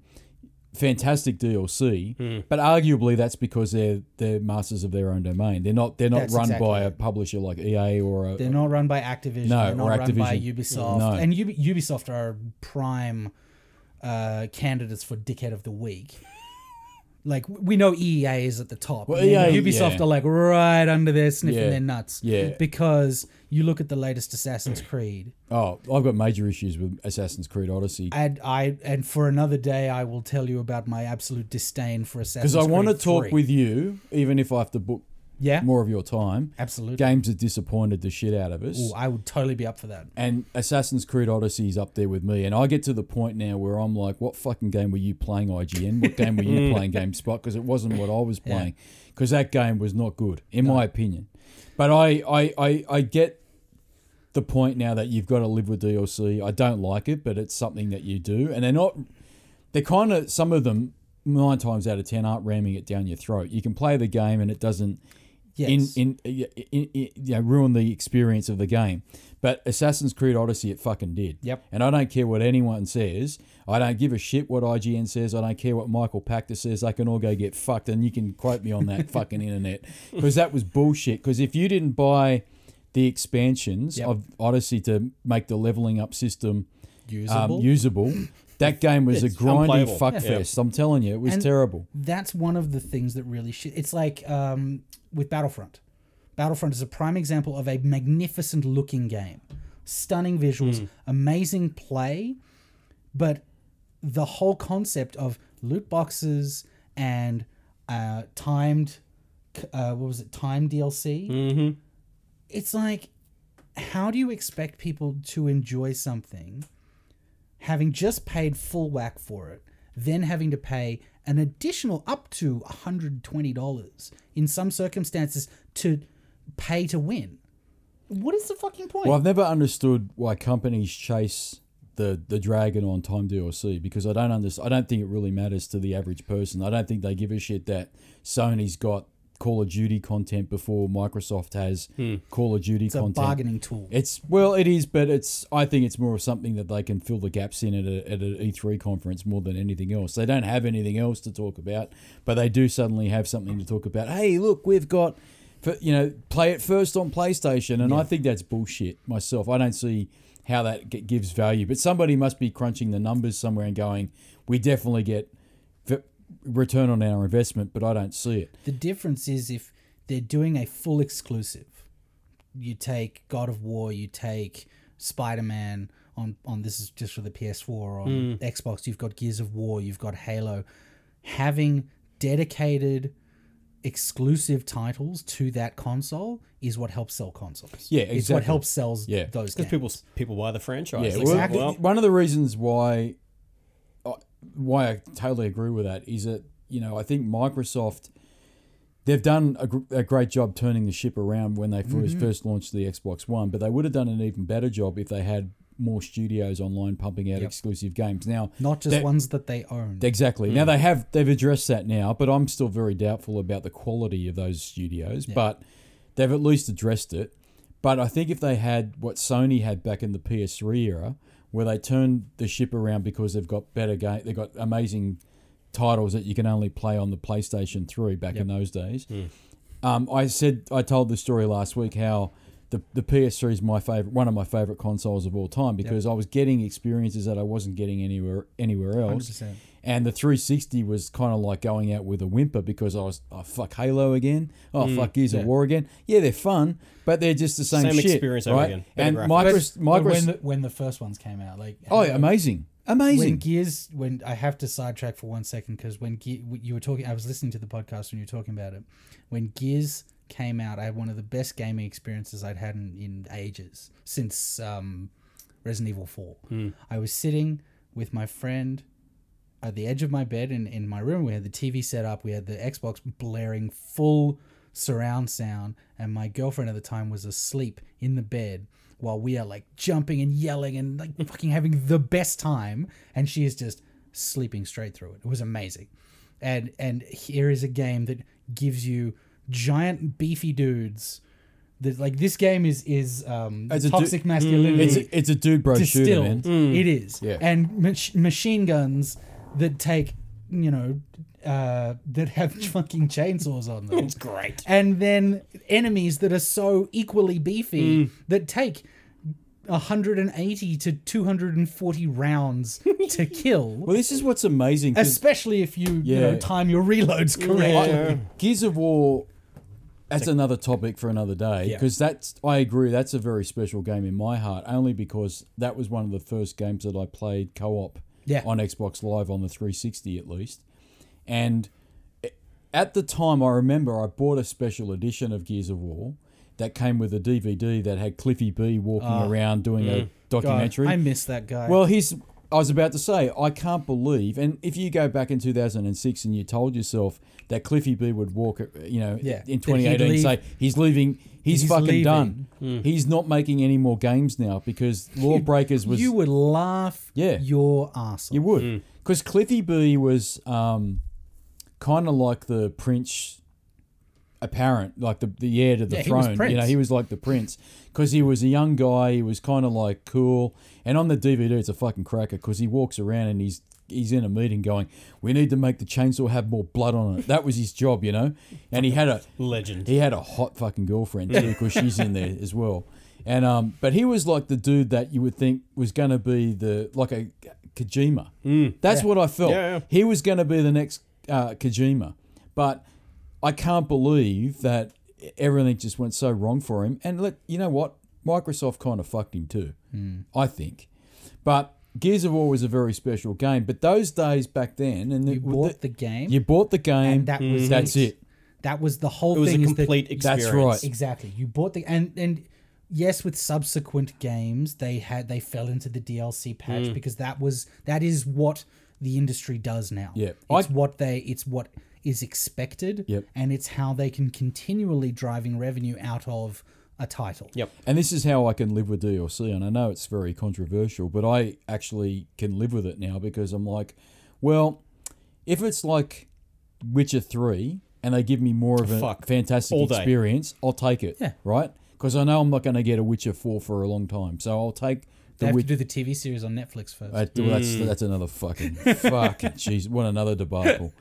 fantastic dlc Hmm. but arguably that's because they're they're masters of their own domain they're not they're not That's run exactly by a it. publisher like ea or a They're not run by Activision. No, they're not or run by Activision. Ubisoft. No. And Ubi- Ubisoft are prime uh, candidates for Dickhead of the Week. like w- we know EA is at the top. Well, and then EA Ubisoft yeah. are like right under there sniffing Yeah. their nuts. Yeah. Because you look at the latest Assassin's Creed. oh i've got major issues with assassin's creed odyssey And I and for another day I will tell you about my absolute disdain for Assassin's because i Creed. want to talk 3. with you even if i have to book Yeah. more of your time Absolutely. games that disappointed the shit out of us Ooh, I would totally be up for that. and Assassin's Creed Odyssey is up there with me. And I get to the point now where I'm like, what fucking game were you playing, IGN? What game were Mm. you playing, GameSpot? Because it wasn't what I was playing. Because that game was not good, in my opinion. But I, I, I, I get the point now that you've got to live with DLC. I don't like it, but it's something that you do. And they're not, they're kind of, some of them, nine times out of ten, aren't ramming it down your throat. You can play the game and it doesn't in, Yes. in, in, in, you know, ruin the experience of the game. But Assassin's Creed Odyssey, it fucking did. Yep. And I don't care what anyone says. I don't give a shit what IGN says. I don't care what Michael Pactor says. They can all go get fucked, and you can quote me on that fucking internet because that was bullshit. Because if you didn't buy the expansions Yep. of Odyssey to make the leveling up system Usable. um, usable that game was a It's grindy unplayable. Yeah. fuckfest. I'm telling you, it was And- terrible. that's one of the things that really shit. It's like um, with Battlefront. Battlefront is a prime example of a magnificent looking game, stunning visuals, amazing play, but the whole concept of loot boxes and uh, timed, uh, what was it, timed DLC? Mm-hmm. It's like, how do you expect people to enjoy something? having just paid full whack for it, then having to pay an additional up to $120 in some circumstances to pay to win. What is the fucking point? Well, I've never understood why companies chase the the dragon on time DLC because I don't understand. I don't think it really matters to the average person. I don't think they give a shit that Sony's got Call of Duty content before Microsoft has Hmm. Call of Duty It's a content. bargaining tool. It's well, it is, but it's. I think it's more of something that they can fill the gaps in at a at an E3 conference more than anything else. They don't have anything else to talk about, but they do suddenly have something to talk about. Hey, look, we've got, for, you know, play it first on PlayStation, and I think that's bullshit myself. I don't see how that g- gives value, but somebody must be crunching the numbers somewhere and going, we definitely get v- return on our investment, but I don't see it. The difference is if they're doing a full exclusive, you take God of War, you take Spider Man on, on this is just for the PS4 or on Mm. Xbox, you've got Gears of War, you've got Halo. Having dedicated exclusive titles to that console is what helps sell consoles. Yeah, It's what exactly. helps sells Yeah. those games. Because people people buy the franchise. Yeah, They say, well, Exactly. th- one of the reasons why uh, why I totally agree with that is that you know I think Microsoft they've done a, gr- a great job turning the ship around when they 1st first launched the Xbox One, but they would have done an even better job if they had more studios online pumping out exclusive games. Now, Not just that- ones that they own. Exactly. Now they have they've addressed that now, but I'm still very doubtful about the quality of those studios. But they've at least addressed it. But I think if they had what Sony had back in the PS3 era, where they turned the ship around because they've got better game, they've got amazing titles that you can only play on the PlayStation 3 back in those days. Um, I said I told the story last week how the, the PS3 is my favorite, one of my favorite consoles of all time because I was getting experiences that I wasn't getting anywhere anywhere else. 100%. And the 360 was kind of like going out with a whimper because I was oh fuck Halo again, oh fuck Gears of War again. Yeah, they're fun, but they're just the same, Mm, Same shit, experience over right? again. Better And But- Microsoft, but when, Microsoft, the, when the first ones came out, like oh, yeah, amazing, when amazing. gears when i have to sidetrack for one second because when Ge- you were talking i was listening to the podcast when you were talking about it when gears came out i had one of the best gaming experiences i'd had in, in ages since um, resident evil 4 i was sitting with my friend at the edge of my bed in, in my room we had the tv set up we had the xbox blaring full surround sound and my girlfriend at the time was asleep in the bed while we are like jumping and yelling and like fucking having the best time and she is just sleeping straight through it it was amazing and and here is a game that gives you giant beefy dudes that like this game is is um As a du- Mm, toxic masculinity It's a, it's a dude bro shooter, man. distilled. Mm. It is. Yeah. And mach- machine guns that take, you know, uh, that have fucking chainsaws on them. It's great. and then enemies that are so equally beefy Mm. that take 180 to 240 rounds to kill. Well, this is what's amazing. 'cause- Especially if you, you know, Yeah. time your reloads correctly. I- Gears of War. That's another topic for another day because that's. I agree. That's a very special game in my heart, only because that was one of the first games that I played co-op Yeah. on Xbox Live on the 360 at least, and eh, at the time, I remember I bought a special edition of Gears of War that came with a DVD that had Cliffy B walking around doing a Ah. Mm. God, documentary. I miss that guy. Well, he's. I was about to say, I can't believe, and if you go back in 2006 and you told yourself that Cliffy B would walk, uh, you know, Yeah, in that he'd 2018, leave. say he's leaving, he's, He's fucking leaving. Hmm. done. He's not making any more games now because Lawbreakers was you would laugh Yeah. your arse off. you would. Because Cliffy B was um, kind of like the prince apparent, like the, the heir to the Yeah, he was throne. you know, prince. he was like the prince because he was a young guy. He was kind of like cool. And on the DVD, it's a fucking cracker because he walks around and he's he's in a meeting going, "We need to make the chainsaw have more blood on it." That was his job, you know. And he had a Legend. he had a hot fucking girlfriend too, because she's in there as well. And um, but he was like the dude that you would think was going to be the like a Kojima. That's what I felt. Mm. Yeah, yeah. He was going to be the next uh, Kojima, but I can't believe that everything just went so wrong for him. And let you know what Microsoft kind of fucked him too. Hmm. I think, but. Gears of War was a very special game, but those days back then, and You bought the game, you bought the game, and that was Mm-hmm. that's it. That was the whole It was a thing. is that- complete experience. right. Exactly. You bought the and and yes, with subsequent games, they had they fell into the DLC patch because that was that is what the industry does now. Yeah. it's what they it's what is expected. Yep. and it's how they can continually driving revenue out of a title. Yep. And this is how I can live with DLC. And I know it's very controversial, but I actually can live with it now because I'm like, well, if it's like Witcher 3 and they give me more of a Fuck. fantastic All day. experience, I'll take it. Yeah. Right? Because I know I'm not going to get a Witcher 4 for a long time. So I'll take They the have Witcher. to do the TV series on Netflix first. That, well, that's that's another fucking fucking jeez, what another debacle.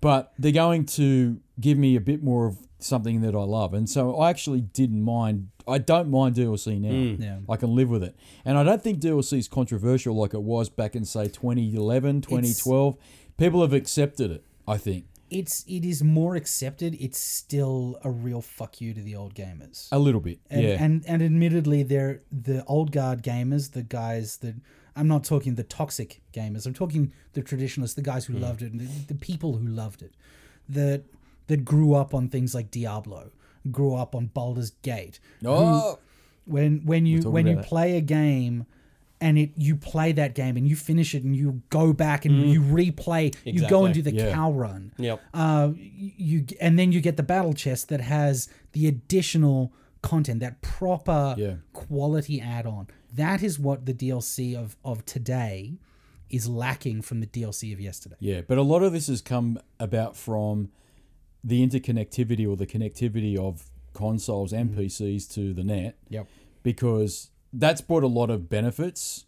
But they're going to give me a bit more of something that I love, and so I actually didn't mind. I don't mind DLC now. Yeah. I can live with it, and I don't think DLC is controversial like it was back in say 2011, 2012. People have accepted it. I think It's it is more accepted. It's still a real fuck you to the old gamers. a little bit. and, yeah, and and admittedly they're the old guard gamers the guys that i'm not talking the toxic gamers i'm talking the traditionalists the guys who Mm. loved it and the, the people who loved it that that grew up on things like diablo grew up on Baldur's Gate oh, when when you talking when you about that. play a game and it you play that game and you finish it and you go back and you replay you go and Exactly. do the Mm. Yeah. cow run Yep. Oh, uh, you and then you get the battle chest that has the additional content, that proper Yeah. quality add-on. That is what the DLC of of today is lacking from the DLC of yesterday. Yeah, but a lot of this has come about from the interconnectivity or the connectivity of consoles and Hmm. PCs to the net. Yep. Because that's brought a lot of benefits,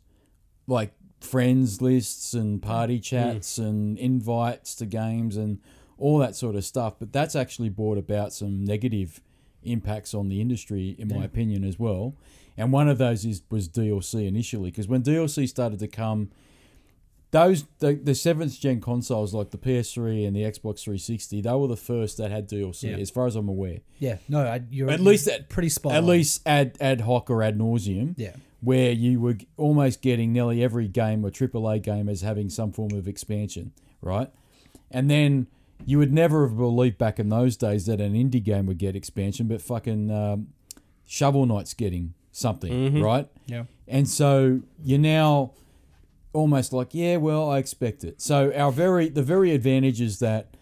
like friends lists and party chats and invites to games and all that sort of stuff. But that's actually brought about some negative impacts on the industry, in my opinion, as well. And one of those is was DLC initially, because when DLC started to come those the, the seventh gen consoles like the PS3 and the Xbox 360, they were the first that had DLC, Yeah. as far as I'm aware. Yeah, no, I, you're At least you're that- pretty spot. At on. least ad ad hoc or ad nauseum, yeah, where you were g- almost getting nearly every game or AAA game as having some form of expansion, right? And then you would never have believed back in those days that an indie game would get expansion, but fucking um, Shovel Knight's getting something, right? yeah. And so you're now almost like, yeah, well, I expect it. So our very the very advantages that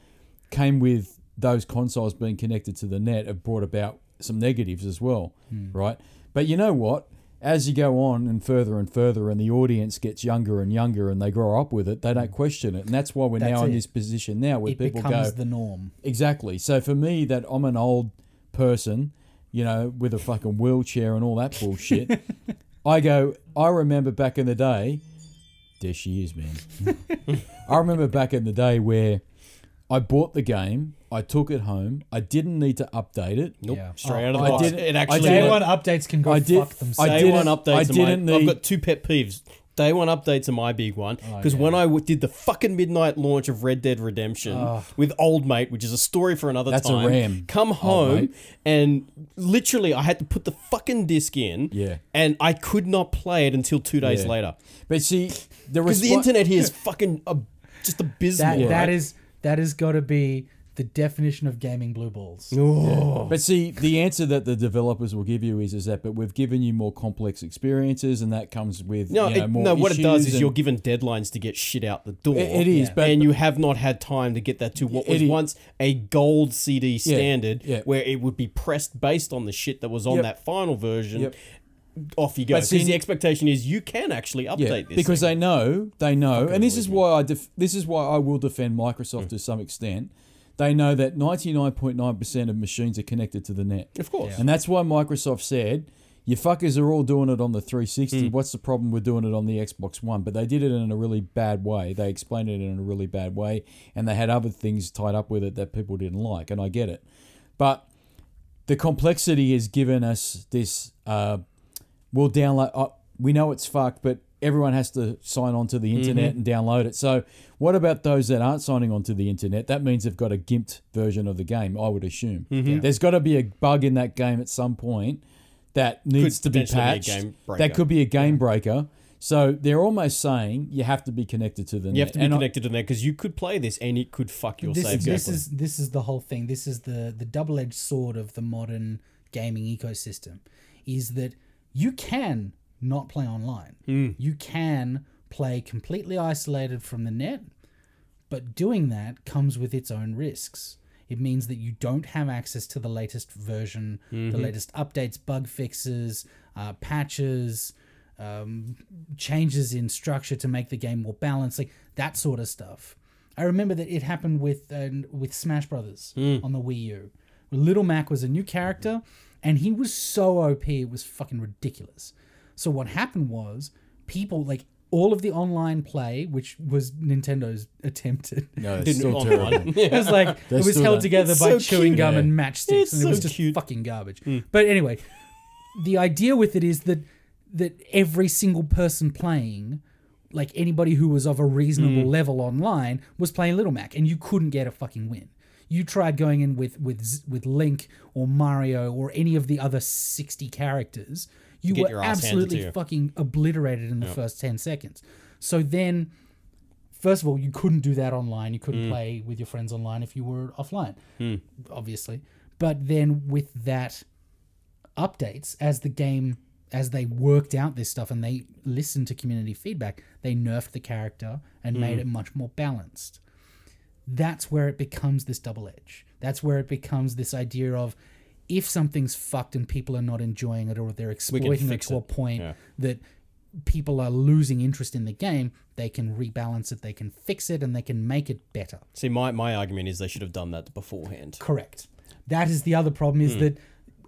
came with those consoles being connected to the net have brought about some negatives as well, Hmm. right? But you know what? As you go on and further and further, and the audience gets younger and younger, and they grow up with it, they don't question it, and that's why we're Hmm. That's now in it. this position now where It people go, becomes the norm. Exactly. So for me, that I'm an old person, you know, with a fucking wheelchair and all that bullshit. I go. I remember back in the day. There she is, man. I remember back in the day where I bought the game, I took it home, I didn't need to update it. Nope. Yeah. Oh, Straight out of the I box. did- it I actually. did- Day Yeah. one updates can go I did- fuck themselves. I Day didn't- one updates. I are didn't need- my, Oh, I've got two pet peeves. Day one updates are my big one because yeah. when I w- did the fucking midnight launch of Red Dead Redemption with old mate, which is a story for another That's a time. ram, Come home mate. and literally, I had to put the fucking disc in. Yeah. and I could not play it until two days Yeah. later But see, there was because the internet here is fucking ab- just abysmal. That, that right? is that has got to be the definition of gaming blue balls. But see, the answer that the developers will give you is, is that, but we've given you more complex experiences, and that comes with No, you know, it- more no. What it does issues is and- you're given deadlines to get shit out the door. It- it is, but- and you have not had time to get that to what was It is. once a gold CD standard, yeah. where it would be pressed based on the shit that was on Yep. that final version. Yep. Off you go. But see- Because the expectation is you can actually update Yeah, this because they thing. know they know, and this is why I def- this is why I will defend Microsoft Mm. to some extent. They know that ninety nine point nine percent of machines are connected to the net, of course. and that's why Microsoft said, "You fuckers are all doing it on the three Mm. sixty. What's the problem with doing it on the Xbox One?" But they did it in a really bad way. They explained it in a really bad way, and they had other things tied up with it that people didn't like, and I get it, but the complexity has given us this uh, we'll download uh, we know it's fucked but everyone has to sign on to the Mm-hmm. internet and download it so what about those that aren't signing on to the internet that means they've got a gimped version of the game i would assume Mm-hmm. there's got to be a bug in that game at some point that needs to be potentially be a patched game breaker. that could be a game breaker so they're almost saying you have to be connected to the You have to be and I- connected to that because you could play this and it could fuck your this, save game. this is this is the whole thing. This is the the double edged sword of the modern gaming ecosystem, is that you can not play online. You can play completely isolated from the net, but doing that comes with its own risks. It means that you don't have access to the latest version, the latest updates, bug fixes, uh, patches, um, changes in structure to make the game more balanced, like that sort of stuff. I remember that it happened with uh, with Smash Brothers on the Wii U. Where Little Mac was a new character, and he was so OP it was fucking ridiculous. So what happened was people like all of the online play, which was Nintendo's attempt at No, it's Didn't still online. terrible. it was like That's it was still held that- together It's by so chewing cute. gum Yeah. and matchsticks, It's and it so was just cute. Mm. fucking garbage. But anyway, the idea with it is that that every single person playing, like anybody who was of a reasonable Mm. level online, was playing Little Mac, and you couldn't get a fucking win. You tried going in with with Z- with Link or Mario or any of the other sixty characters. You Get were your ass handed to absolutely you. fucking obliterated in the first ten seconds. So then first of all, you couldn't do that online. You Mm. couldn't play with your friends online if you were offline, Hmm. obviously. But then with that updates as the game as they worked out this stuff and they listened to community feedback, they nerfed the character and Mm. made it much more balanced. That's where it becomes this double edge. That's where it becomes this idea of if something's fucked and people are not enjoying it or they're exploiting it fix to a it. point Yeah. that people are losing interest in the game, they can rebalance it, they can fix it, and they can make it better. See, my, my argument is they should have done that beforehand. Correct. That is the other problem Hmm. is that,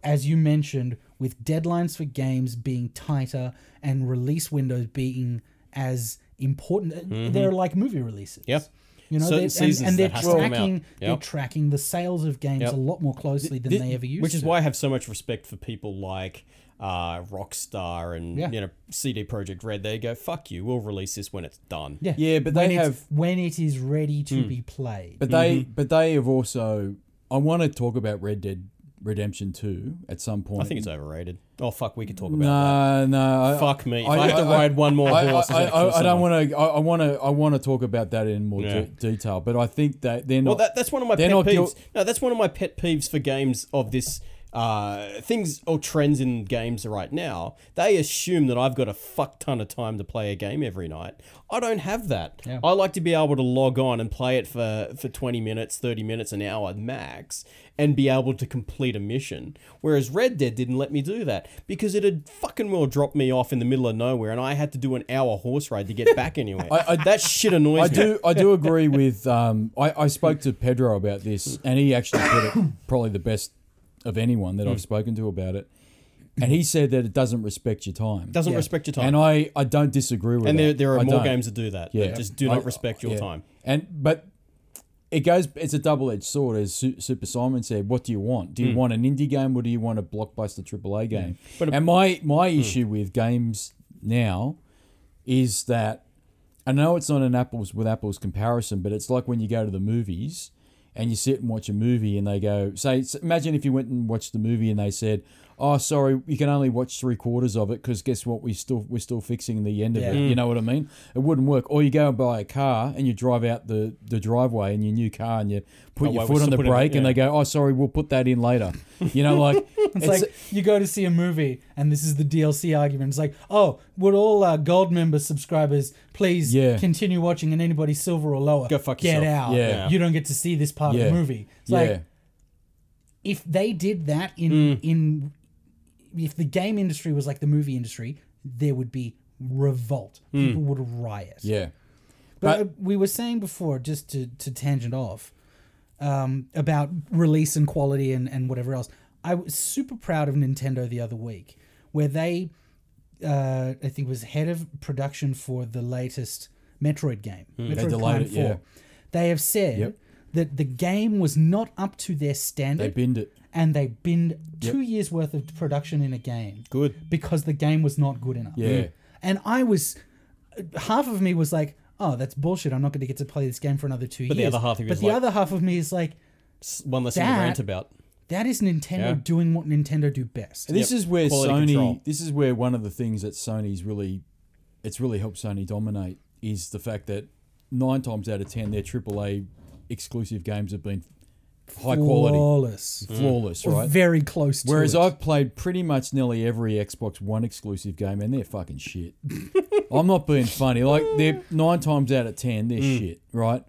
as you mentioned, with deadlines for games being tighter and release windows being as important, they're like movie releases. Mm-hmm. Yep. You know, Certain they- and, seasons and they're that has to come out. tracking they're Yep. tracking the sales of games Yep. a lot more closely than Th- they ever used. Which is to. why I have so much respect for people like uh, Rockstar and Yeah. you know CD Projekt Red. They go, "Fuck you, we'll release this when it's done." yeah, Yeah, but when they it's- have- when it is ready Hmm. to be played. But they Mm-hmm. but they have also I want to talk about Red Dead Redemption 2 at some point. I think it's overrated. Oh fuck, we could talk about that. No, no. I- Fuck me. If I, have to ride one more I, horse, I, I, I, I don't want to. I want to. I want to talk about that in more Yeah. de- detail. But I think that they're not. Well, that, that's one of my they're pet not peeves. guilt- no, that's one of my pet peeves for games of this uh, things or trends in games right now. They assume that I've got a fuck ton of time to play a game every night. I don't have that. I like to be able to log on and play it for for twenty minutes, thirty minutes, an hour max, and be able to complete a mission. Whereas Red Dead didn't let me do that because it had fucking well dropped me off in the middle of nowhere, and I had to do an hour horse ride to get back anywhere. I- that shit annoys I me. do. I do agree with. Um, I, I spoke to Pedro about this, and he actually put it probably the best of anyone that Hmm. I've spoken to about it. And he said that it doesn't respect your time. Doesn't respect your time. And I, I don't disagree with And that. there, there are I more don't. games that do that. Yeah. just do I- not respect your yeah. time. And but it goes. It's a double edged sword, as Su- Super Simon said. What do you want? Do you want an indie game or do you want a blockbuster AAA game? Hmm. But a- Hmm. and my my issue with games now is that I know it's not an apples with apples comparison, but it's like when you go to the movies and you sit and watch a movie and they go say s- imagine if you went and watched the movie and they said oh sorry you can only watch three quarters of it because guess what we still we're still fixing the end of it you know what i mean it wouldn't work or you go and buy a car and you drive out the the driveway in your new car and you put Oh, your well, we're foot on still the putting it- brake and yeah. they go oh sorry we'll put that in later you know like It's, like you go to see a movie, and this is the DLC argument. It's like, oh, would all uh, gold member subscribers please Yeah. continue watching, and anybody silver or lower, Go fuck get yourself. out. Yeah. You don't get to see this part Yeah. of the movie. It's yeah Mm. like if they did that in in if the game industry was like the movie industry, there would be revolt. People would riot. Mm. yeah But, uh, we were saying before, just to, to tangent off, um, about release and quality and, and whatever else. I was super proud of Nintendo the other week, where they, uh, I think, was head of production for the latest Metroid game, Metroid Hmm. They delayed Prime it, yeah. 4. They have said Yep. that the game was not up to their they standard, binned it and they binned two years worth of production in a game Good. because the game was not good enough. Yeah. And I was, half of me was like, oh, that's bullshit. I'm not going to get to play this game for another two But the years. other half of you but is the like- other half of me is like, S- One less thing to That- rant about. that is Nintendo doing what Nintendo do best. And this Yep. is where Quality Sony. control. This is where one of the things that Sony's really, it's really helped Sony dominate is the fact that nine times out of ten their AAA exclusive games have been high quality, Flawless. flawless, Or right? Very close to Whereas it. I've played pretty much nearly every Xbox One exclusive game, and they're fucking shit. I'm not being funny. Like they're nine times out of ten, they're shit, right?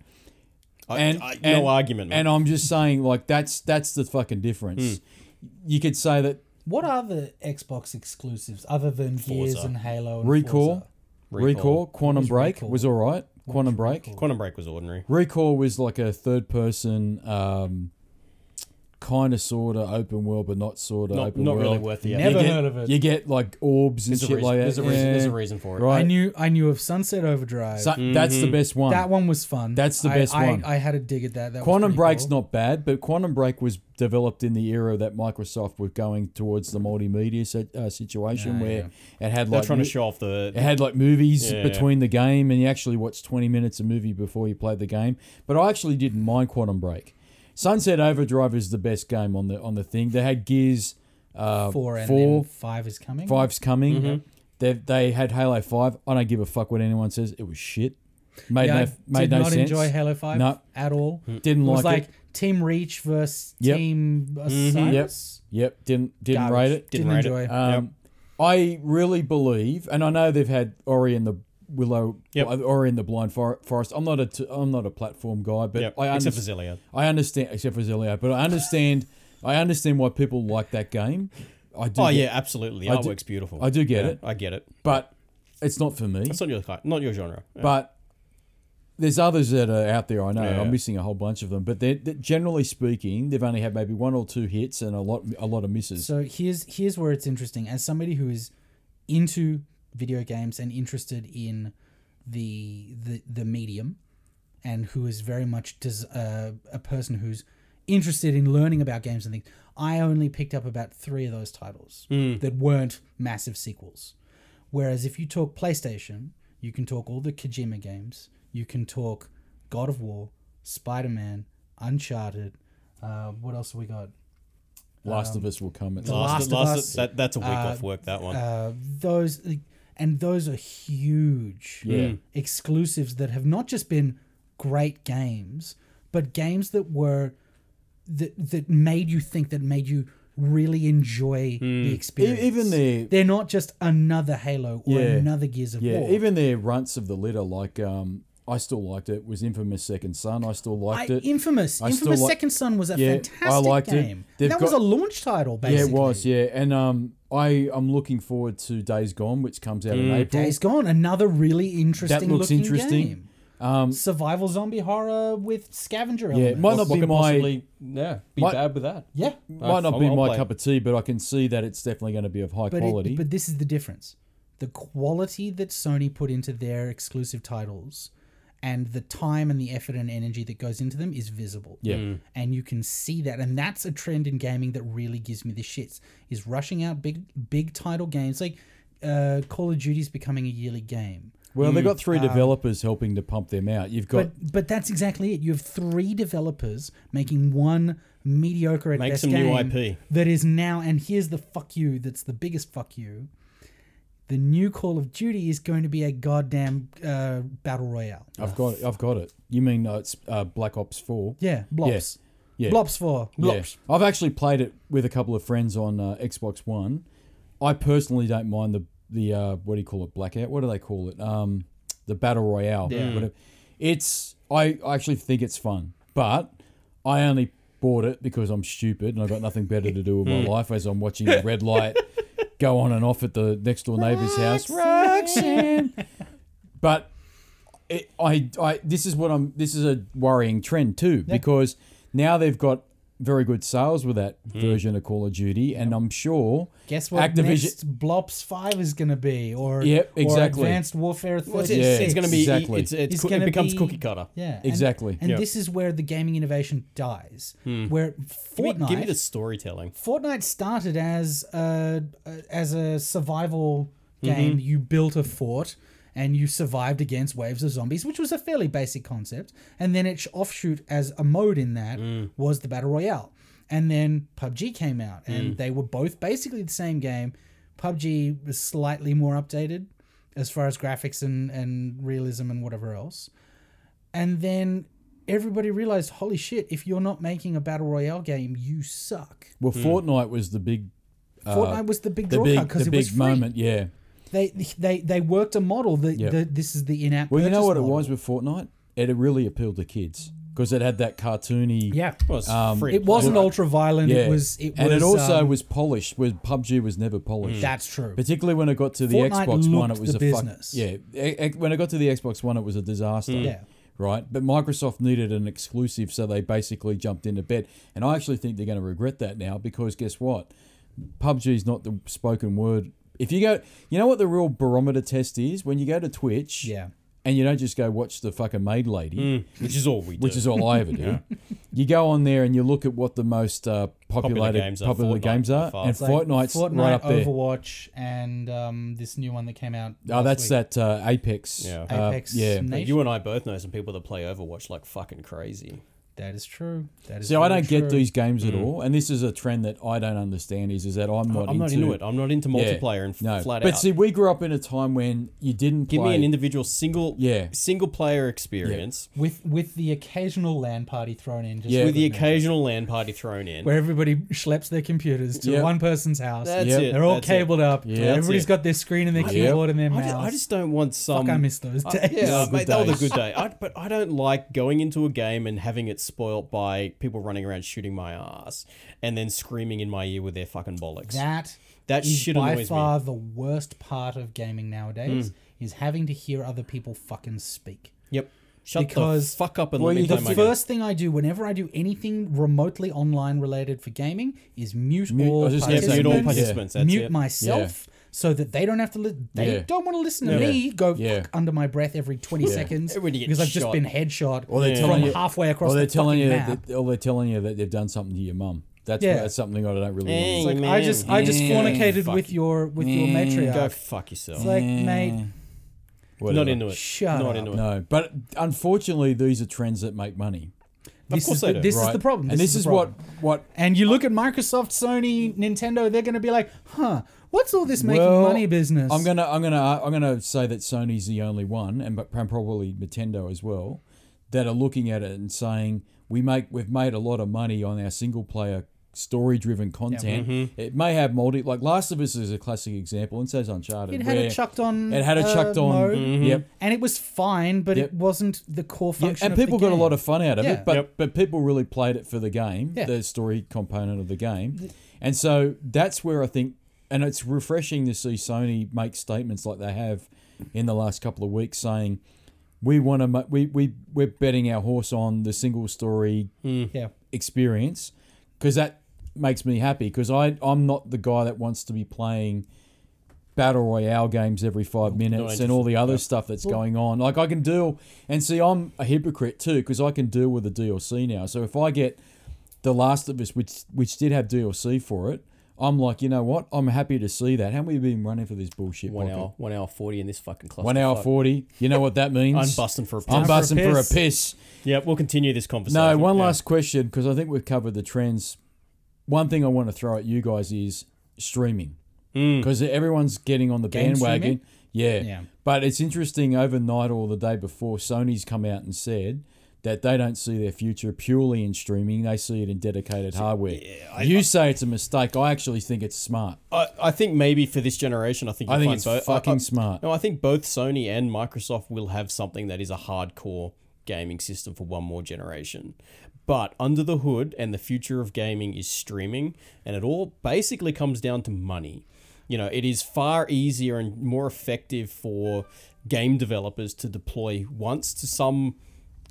I, and, I, and- no argument. mate. And I'm just saying, like that's that's the fucking difference. You could say that What are the Xbox exclusives other than Gears Forza. and Halo? And Recall, Forza? Recall, Quantum Break Recall? was all right. Quantum Break, Quantum Break was ordinary. Recall was like a third person, um, kind of sort of open world, but not sort of Not, open not world. really worth the You Never effort. get, heard of it. You get like orbs and There's a, shit reason, like that. there's, a reason, there's a Yeah. reason Mm-hmm. for it. right? I knew I knew of Sunset Overdrive. So that's the best one. that one was fun. That's the I- best I, one. I, had a dig at that. that was Quantum pretty Break's cool. not bad, but Quantum Break was developed in the era that Microsoft was going towards the multimedia set, uh, situation Yeah, where it had They're like trying mo- to show off the. it had like movies Yeah, yeah. between the game, and you actually watched twenty minutes of movie before you played the game. But I actually didn't mind Quantum Break. Sunset Overdrive is the best game on the on the thing. They had Gears uh, four and four then five is coming. Five's coming. They they had Halo Five. I don't give a fuck what anyone says. It was shit. Made Yeah, no I made did no not sense. enjoy Halo Five No. Hmm. at all. Didn't it was like, like it. Team Reach versus Yep. Team Osiris. Yep. Didn't didn't Garbage. rate it. Didn't Didn't rate enjoy. it. Um, I really believe, and I know they've had Ori and the Willow, uh, Yep. Ori and the Blind For- Forest. I'm not a t- I'm not a platform guy, but Yep, I except for understand. Zillion. I understand, except for Zelio, but I understand. I understand why people like that game. I do. Oh get- yeah, absolutely. The I do- artwork's beautiful. I do get Yeah, it, I get it. but it's not for me. That's not your ki- not your genre. Yeah. But there's others that are out there. I know Yeah. I'm missing a whole bunch of them, but they're, they're- generally speaking, they've only had maybe one or two hits and a lot a lot of misses. So here's here's where it's interesting. As somebody who is into video games and interested in the the, the medium, and who is very much des- uh, a person who's interested in learning about games and things, I only picked up about three of those titles that weren't massive sequels. Whereas if you talk PlayStation, you can talk all the Kojima games, you can talk God of War, Spider Man, Uncharted. Uh, what else have we got? Last of Us will come. At um, The some- Last of Us, that, that's a week uh, off work. That one. uh, those and those are huge Yeah. exclusives that have not just been great games but games that were that that made you think that made you really enjoy the experience E- even the- they're not just another halo or Yeah. another gears of Yeah, war even their runts of the litter, like um, I still liked it. Was Infamous Second Son? I still I, liked it. infamous I still infamous like- Second Son was a Yeah, I fantastic liked it. game They've that was a got- launch title yeah, basically it was. Yeah, and um, I I'm looking forward to Days Gone, which comes out in April. Mm, Days Gone another really interesting that looks looking interesting. Um, game. survival zombie horror with scavenger Yeah, elements. it might not What be could my possibly, yeah, be my- bad with that. yeah, might not I'll- be I'll my play. cup of tea, but I can see that it's definitely going to be of high but quality. It, but this is the difference: the quality that Sony put into their exclusive titles, and the time and the effort and energy that goes into them is visible. Yeah. Mm. and you can see that, and that's a trend in gaming that really gives me the shits. Is rushing out big big title games like uh, Call of Duty is becoming a yearly game. well, they've got three um, developers helping to pump them out. You've got But but that's exactly it. You have three developers making one mediocre at Make best some new game IP. that is now. And here's the fuck you. That's the biggest fuck you. The new Call of Duty is going to be a goddamn uh, battle royale. I've got I've got it. You mean uh, it's uh, Black Ops Four? Yeah, blobs. Yeah. Blobs four. Yeah. I've actually played it with a couple of friends on uh, Xbox One. I personally don't mind the the uh, what do you call it blackout? What do they call it? Um, the battle royale. Yeah. It's I actually think it's fun, but I only bought it because I'm stupid and I've got nothing better to do with my life as I'm watching the red light go on and off at the next door neighbour's house. Roxanne. but it, I, I, this is what I'm. This is a worrying trend too, because now they've got very good sales with that version of Call of Duty, and I'm sure. Guess what? Activision- Next Blobs five is going to be, or Yep, or exactly. Advanced Warfare. 36. Well, it's, Yeah, it's going to be exactly. it's, it's, It's coo- gonna it becomes be- cookie cutter. Yeah, and- Exactly. And, Yeah. this is where the gaming innovation dies. Where Fortnite Hmm. Give me, give me the storytelling. Fortnite started as a, as a survival game. You built a fort and you survived against waves of zombies, which was a fairly basic concept. And then its offshoot as a mode in that was the battle royale. And then PUBG came out, and they were both basically the same game. PUBG was slightly more updated as far as graphics and, and realism and whatever else. And then everybody realized, holy shit, if you're not making a battle royale game, you suck. Well, Fortnite was the big, Fortnite was the big Uh, the drawcard big, because the it was big free. moment. Yeah. They they they worked a model. The, Yeah. the this is the in-app. Well, you know purchase what it model. was with Fortnite? It really appealed to kids. because it had that cartoony. Yeah. Well, it's Um, free to It wasn't play. ultra violent. Yeah. It was. It and was, it also um, was polished. Where PUBG was never polished. That's true. Particularly when I got to the Fortnite Xbox One, looked it was the a fuck- business. Mm. yeah, e- e- when I got to the Xbox One, it was a disaster. Yeah. Right, but Microsoft needed an exclusive, so they basically jumped into bed. And I actually think they're going to regret that now because guess what? PUBG is not the spoken word. If you go, you know what the real barometer test is when you go to Twitch. Yeah. And you don't just go watch the fucking maid lady which is all we do. which is all I ever do. You go on there and you look at what the most uh, populated popular games games are, are, Fortnite by far. and It's It's like Fortnite's Fortnite, right up there. Overwatch, and um, this new one that came out. Oh, last that's week. that uh, Apex. Yeah. uh, Apex yeah. Nation. you and I both know some people that play Overwatch like fucking crazy. That is true. That is. See, I very don't true. get these games at all, and this is a trend that I don't understand. Is is that I'm not Mm. I'm not into it. I'm not into Yeah. multiplayer and f- no. flat but out. see, we grew up in a time when you didn't Give play. me an individual single Yeah. single player experience with with the occasional LAN party thrown in. Just Yeah. with the occasional LAN party thrown in. Where everybody schleps their computers to Yep. one person's house. that's Yep. it. They're all that's it. cabled up. Yeah. Yeah, That's everybody's it. got their screen and their Yep. keyboard and their I mouse. just, I just don't want some. Fuck, I miss those I- days. Um, uh, yeah, Oh, Good mate, that was a days. good day. I, but I don't like going into a game and having it spoilt by people running around shooting my ass and then screaming in my ear with their fucking bollocks. that That is shit by annoys me. Hmm. far the worst part of gaming nowadays is having to hear other people fucking speak. yep. Shut Because- the fuck up and Well, let me you- play the my Okay. First thing I do whenever I do anything remotely online related for gaming is mute, Mute- I all, was just gonna participants, say, mute all participants, participants. that's mute it. myself so that they don't have to. Li- they Yeah. don't want to listen to Yeah. me go Yeah. "Fuck," under my breath every twenty seconds Everybody gets because I've just shot. been headshot Or they're telling from you- halfway across or they're the telling fucking you map. that, or they're telling you that they've done something to your mum. That's Yeah. that's something I don't really. Hey, want. man. I just I just Yeah. fornicated Fuck with you. your with your matriarch. Go fuck yourself. It's like, mate, Whatever. not into it. Shut Not up. into it. No, but unfortunately, these are trends that make money. this course is they the, do, this right? is the problem. and this the is problem. what what And you look at Microsoft, Sony, Nintendo. They're going to be like, huh, what's all this making Well, money business? I'm gonna, I'm gonna, uh, I'm gonna say that Sony's the only one, and but and probably Nintendo as well, that are looking at it and saying we make, we've made a lot of money on our single player story driven content. It may have multi, like Last of Us is a classic example, and says Uncharted. It had where it chucked on. It had it uh, chucked on. Mm-hmm. mode, Yep. and it was fine, but Yep. it wasn't the core Yeah, function. and people got a lot of fun out of Yeah. it, but Yep. but people really played it for the game, Yeah. the story component of the game, and so that's where I think, and it's refreshing to see Sony make statements like they have in the last couple of weeks, saying we want to, we we we're betting our horse on the single story Yeah, experience because that makes me happy because I I'm not the guy that wants to be playing battle royale games every five minutes and all the other stuff that's going on. Like I can deal and see I'm a hypocrite too because I can deal with the DLC now. So if I get The Last of Us, which which did have DLC for it, I'm like you know what I'm happy to see that. How many have been running for this bullshit? One pocket? hour, one hour forty in this fucking cluster. One hour fuck. forty. You know what that means? I'm busting for a I'm piss. busting for a piss. piss. Yeah, we'll continue this conversation. No, one Yeah. last question because I think we've covered the trends. One thing I want to throw at you guys is streaming Hmm. because everyone's getting on the Game bandwagon. Yeah. Yeah. but it's interesting. Overnight or the day before, Sony's come out and said that they don't see their future purely in streaming. They see it in dedicated hardware. you say it's a mistake. I actually think it's smart. I, I think maybe for this generation, I think I you'll think find it's both- I- fucking I- smart. No, I think both Sony and Microsoft will have something that is a hardcore gaming system for one more generation. But under the hood, and the future of gaming is streaming, and it all basically comes down to money. You know, it is far easier and more effective for game developers to deploy once to some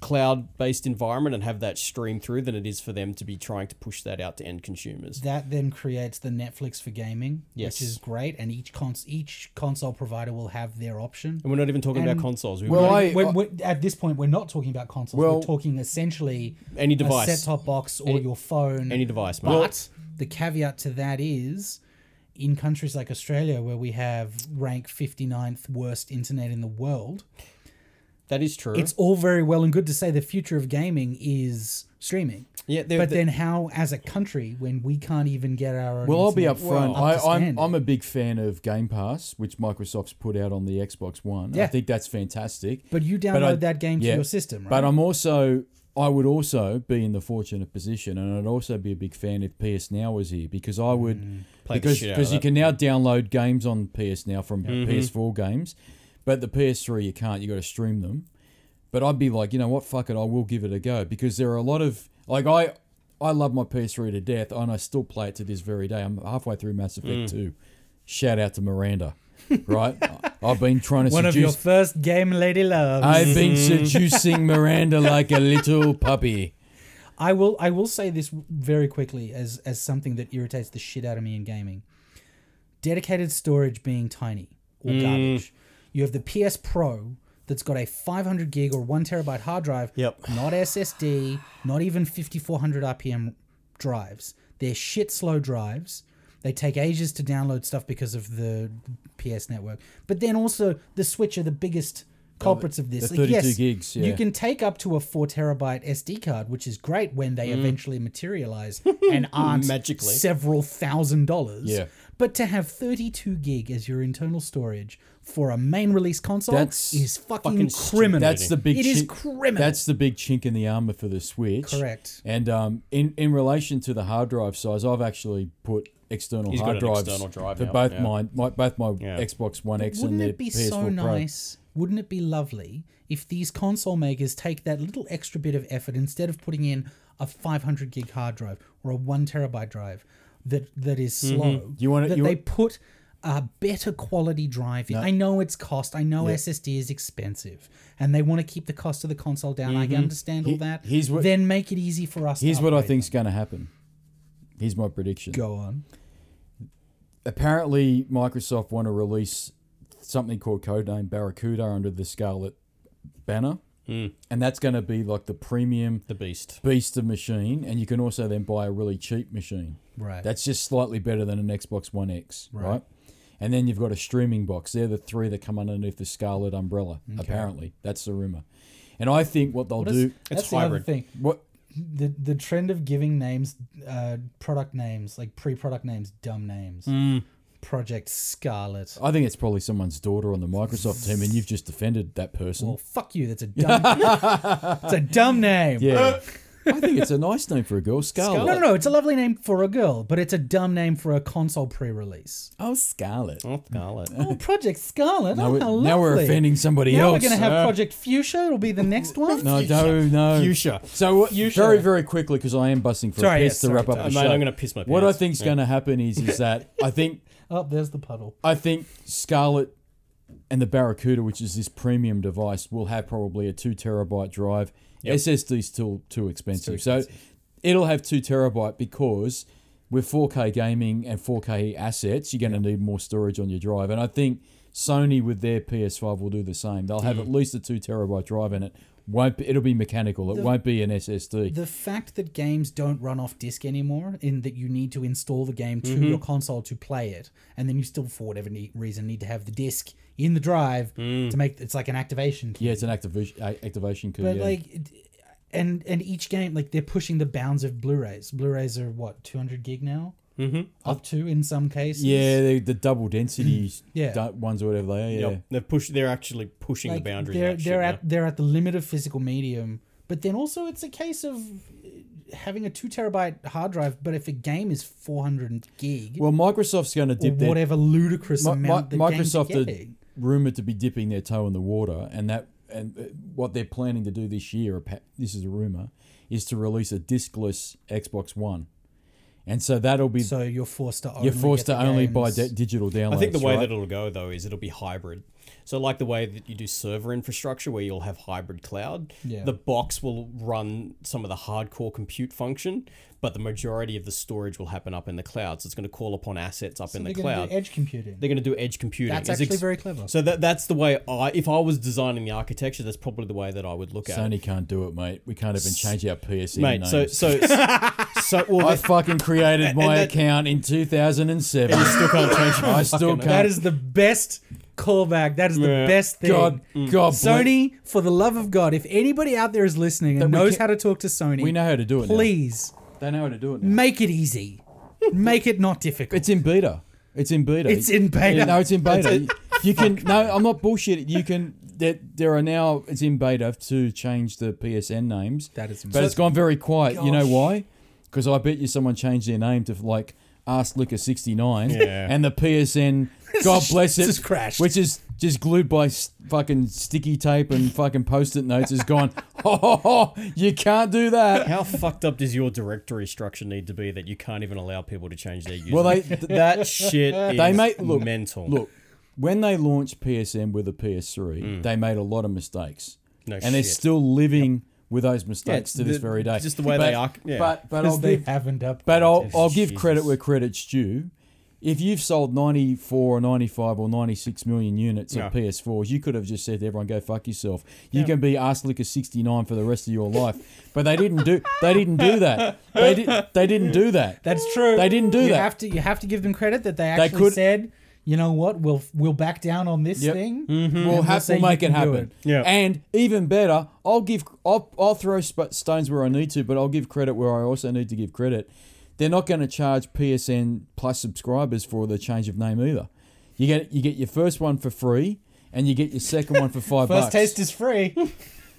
cloud based environment and have that stream through than it is for them to be trying to push that out to end consumers. that then creates the Netflix for gaming, Yes. which is great. And each cons each console provider will have their option. And we're not even talking about And- consoles. We Well, were- I- We're- we're- at this point, we're not talking about consoles. uh, Well- we're talking essentially Any device. a set-top box, or Any- your phone, any device, mate. But the caveat to that is, in countries like Australia, where we have rank 59th worst internet in the world, that is true. it's all very well and good to say the future of gaming is streaming. Yeah, there- but there- then how, as a coury, when we can't even get our own Well, I'll be internet up front. up I, to I'm, standard. I'm a big fan of Game Pass, which Microsoft's put out on the Xbox One. I Yeah. think that's fantastic. But you download I- that game to yeah. your system, right? But I'm also, I would also be in the fortunate position, and I'd also be a big fan if PS Now was here because I would, Mm, Play the because shit out of because you that. Mm-hmm. can now download games on PS Now from PS4 games, but the PS3 you can't. You got to stream them. But I'd be like, you know what, fuck it, I will give it a go because there are a lot of like I, I love my PS3 to death, and I still play it to this very day. I'm halfway through Mass Mm. Effect 2. Shout out to Miranda, right? I've been trying to One of seduce. your first game lady loves. Mm-hmm. I've been seducing Miranda like a little puppy. I will I will say this very quickly as as something that irritates the shit out of me in gaming. Dedicated storage being tiny or Mm. garbage. You have the PS Pro that's got a 500 gig or 1 terabyte hard drive. Yep. Not SSD, not even 5400 RPM drives. They're shit slow drives. They take ages to download stuff because of the PS network. But then also the Switch are the biggest culprits of this. Oh, the 32 gigs, yeah. You can take up to a four terabyte SD card, which is great when Mm. they eventually materialize and aren't Magically. several thousand dollars. Yeah. But to have 32 gig as your internal storage for a main release console That's is fucking, fucking stupid. criminal. That's the big. It is chink- criminal. That's the big chink in the armor for the Switch. Correct. And um, in in relation to the hard drive size, I've actually put external He's hard got an drives external drive for now, both yeah. mine, my, both my Yeah. Xbox One X Wouldn't and the it be PS4 so Pro. nice? Wouldn't it be lovely if these console makers take that little extra bit of effort instead of putting in a 500 gig hard drive or a one terabyte drive that that is slow? Mm-hmm. You wanna- that you wa- they put a better quality drive in. I know it's cost. I know SSD is expensive, and they want to keep the cost of the console down. I understand all Mm-hmm. He- that. here's what- then make it easy for us. to Here's what I upgrade think's going to happen. Here's my prediction. them. Go on. Apparently, Microsoft want to release something called Codename Barracuda under the Scarlet banner, Hmm. and that's going to be like the premium The beast. beast of machine, and you can also then buy a really cheap machine. Right. That's just slightly better than an Xbox One X, right? And then you've got a streaming box. They're the three that come underneath the Scarlet umbrella. Apparently, that's the rumor. And I think what they'll What is- do, that's It's the other hybrid. thing. what the the trend of giving names uh product names like pre-product names dumb names Mm. project scarlet I think it's probably someone's daughter on the Microsoft team, and you've just defended that person. well Oh, fuck you that's a dumb it's a dumb name yeah, I think it's a nice name for a girl, Scarlet. uh, no no no it's a lovely name for a girl but it's a dumb name for a console pre-release Oh, Scarlet. Oh, Scarlet. oh project scarlet Now, oh, we- how now we're lovely. offending somebody else. now we're gonna have Uh, project fuchsia it'll be the next one no, no, no. Fuchsia. So what- very, very quickly, because I am busting for Sorry, a piss yes, to sorry, wrap up the Mate, show. I'm going to piss my pants. what I think's going to happen is, is that I think oh there's the puddle I think Scarlet and the Barracuda, which is this premium device, will have probably a two terabyte drive. SSD's still too expensive. so it'll have two terabyte because with 4K gaming and 4K assets, you're going to need more storage on your drive. And I think Sony with their PS5 will do the same. They'll have at least a two terabyte drive in it. Won't be, it'll be mechanical. It won't be an SSD. the fact that games don't run off disk anymore in that you need to install the game to your console to play it and then you still for whatever ne- reason need to have the disk in the drive to make it's like an activation key yeah, it's an activation activation key. but yeah. like it- and and each game like they're pushing the bounds of blu-rays blu-rays are what 200 gig now mm-hmm. up to in some cases yeah, the, the double density Mm. Yeah. du- ones or whatever they are. Yeah. Yep. They're push. They're actually pushing like the boundaries. they're of that they're shit at they're at the limit of physical medium but then also it's a case of uh, having a two terabyte hard drive but if a game is 400 gig Well, Microsoft's going to or dip their whatever ludicrous Mi- amount Mi- that games are Microsoft are getting. rumored to be dipping their toe in the water, and that and uh, what they're planning to do this year, appa- this is a rumor, is to release a discless Xbox One, and so that'll be So you're forced to only you're forced get to the only buy games- de- digital downloads. now. I think the way right? that it'll go though is it'll be hybrid. So like the way that you do server infrastructure where you'll have hybrid cloud, Yeah. the box will run some of the hardcore compute function, but the majority of the storage will happen up in the cloud. So it's going to call upon assets up in the they're gonna do cloud. edge computing. they're going to do edge computing. That's It's actually very clever. So that that's the way I, if I was designing the architecture, that's probably the way that I would look at it. Sony can't do it, mate. We can't even change our PSN Mate, names. so so so well, I fucking created my that- account in 2007. I still can't change. I still can't. that is the best callback. That is the Yeah. best thing. God, God, bless- Sony, for the love of God, if anybody out there is listening and we knows can- how to talk to Sony, We know how to do it. now. please they know how to do it. Now. make it easy. make it not difficult. It's in beta. It's in beta. It's in beta. Yeah, no, it's in beta. you can no, I'm not bullshitting. You can there, there are now it's in beta to change the PSN names. That is but it's gone very quiet. You know why? Because I bet you someone changed their name to like Ask Liquor 69 Yeah. and the PSN God bless it. It's just crashed. Which is just glued by s- fucking sticky tape and fucking post-it notes. Is gone. Ho, ho, ho, you can't do that. How fucked up does your directory structure need to be that you can't even allow people to change their username? Well, they that shit is They make- look, mental. look when they launched PSN with a PS3, they made a lot of mistakes, Mm. No and they're shit. still living with those mistakes to this the- very day. just the way But- they are- yeah. But but I'll because they give- haven't up. But I'll, I'll give Jesus. credit where credit's due. If you've sold 94 or 95 or 96 million units Yeah. of PS4s, you could have just said to everyone, go fuck yourself. You can be Arslicker 69 for the rest of your life. But they didn't do They didn't do that. They, di- they didn't do that. That's true. They didn't do you that. Have to, you have to give them credit that they actually could- said, you know what, we'll we'll back down on this Yep. Mm-hmm. thing. We'll, have, Hmm. say we'll you make can it do happen. it. Yeah. And even better, I'll give I'll, I'll throw sp- stones where I need to, but I'll give credit where I also need to give credit. They're not going to charge PSN Plus subscribers for the change of name either. You get you get your first one for free, and you get your second one for five First bucks. taste is free.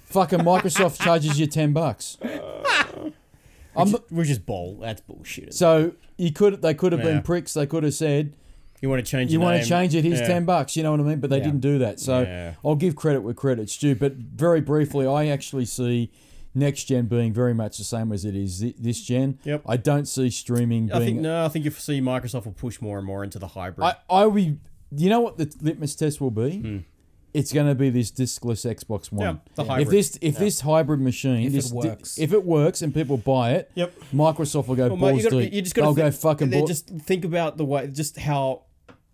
Fucking Microsoft charges you ten bucks. I'm not- Which is bull. That's bullshit. so you could they could have Yeah. been pricks. They could have said you want to change? you your want name? to change it. Here's Yeah. ten bucks. You know what I mean? But they didn't do that. So Yeah. I'll give credit where credit's due. But very briefly, I actually see next gen being very much the same as it is thi- this gen. Yep. I don't see streaming I being. think no. I think you see Microsoft will push more and more into the hybrid. I I we. You know what the litmus test will be? It's going to be this discless Xbox One. Hmm. Yeah, the hybrid. If this if this hybrid machine If it this di- works. if it works and people buy it, Yep. Microsoft will go Well, mate, balls you, gotta, deep. you just got to They'll go fucking balls. Just think about the way, just how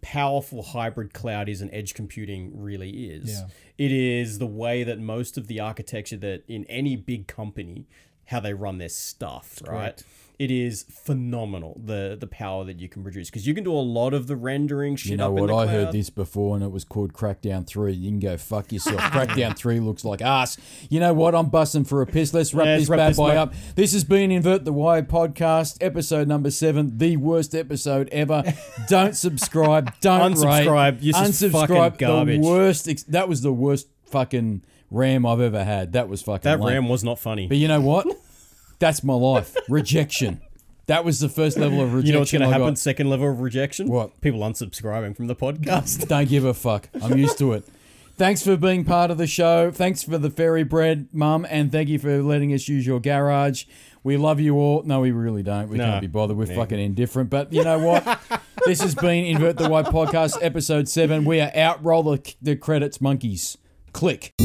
powerful hybrid cloud is and edge computing really is. Yeah. It is the way that most of the architecture that in any big company, how they run their stuff, right? It is phenomenal the the power that you can produce because you can do a lot of the rendering shit. You know up In what? the I cloud. heard this before, and it was called Crackdown Three. You can go fuck yourself. Crackdown Three looks like ass. You know what? I'm busting for a piss. Let's wrap Let's this wrap bad this boy up. up. This has been Invert the Wire podcast, episode number seven, the worst episode ever. Don't subscribe. Don't Rate. Unsubscribe. This is fucking Unsubscribe. garbage. The worst. Ex- that was the worst fucking ram I've ever had. That was fucking. That lame. RAM was not funny. But you know what? That's my life. Rejection. That was the first level of rejection. you know what's going to I got. happen? Second level of rejection. What? People unsubscribing from the podcast. Don't give a fuck. I'm used to it. Thanks for being part of the show. Thanks for the fairy bread, Mum, and thank you for letting us use your garage. We love you all. No, we really don't. We No. can't be bothered. We're fucking indifferent. But you know what? this has been Invert the Way podcast, episode seven. We are out. Roll the, the credits, monkeys. Click.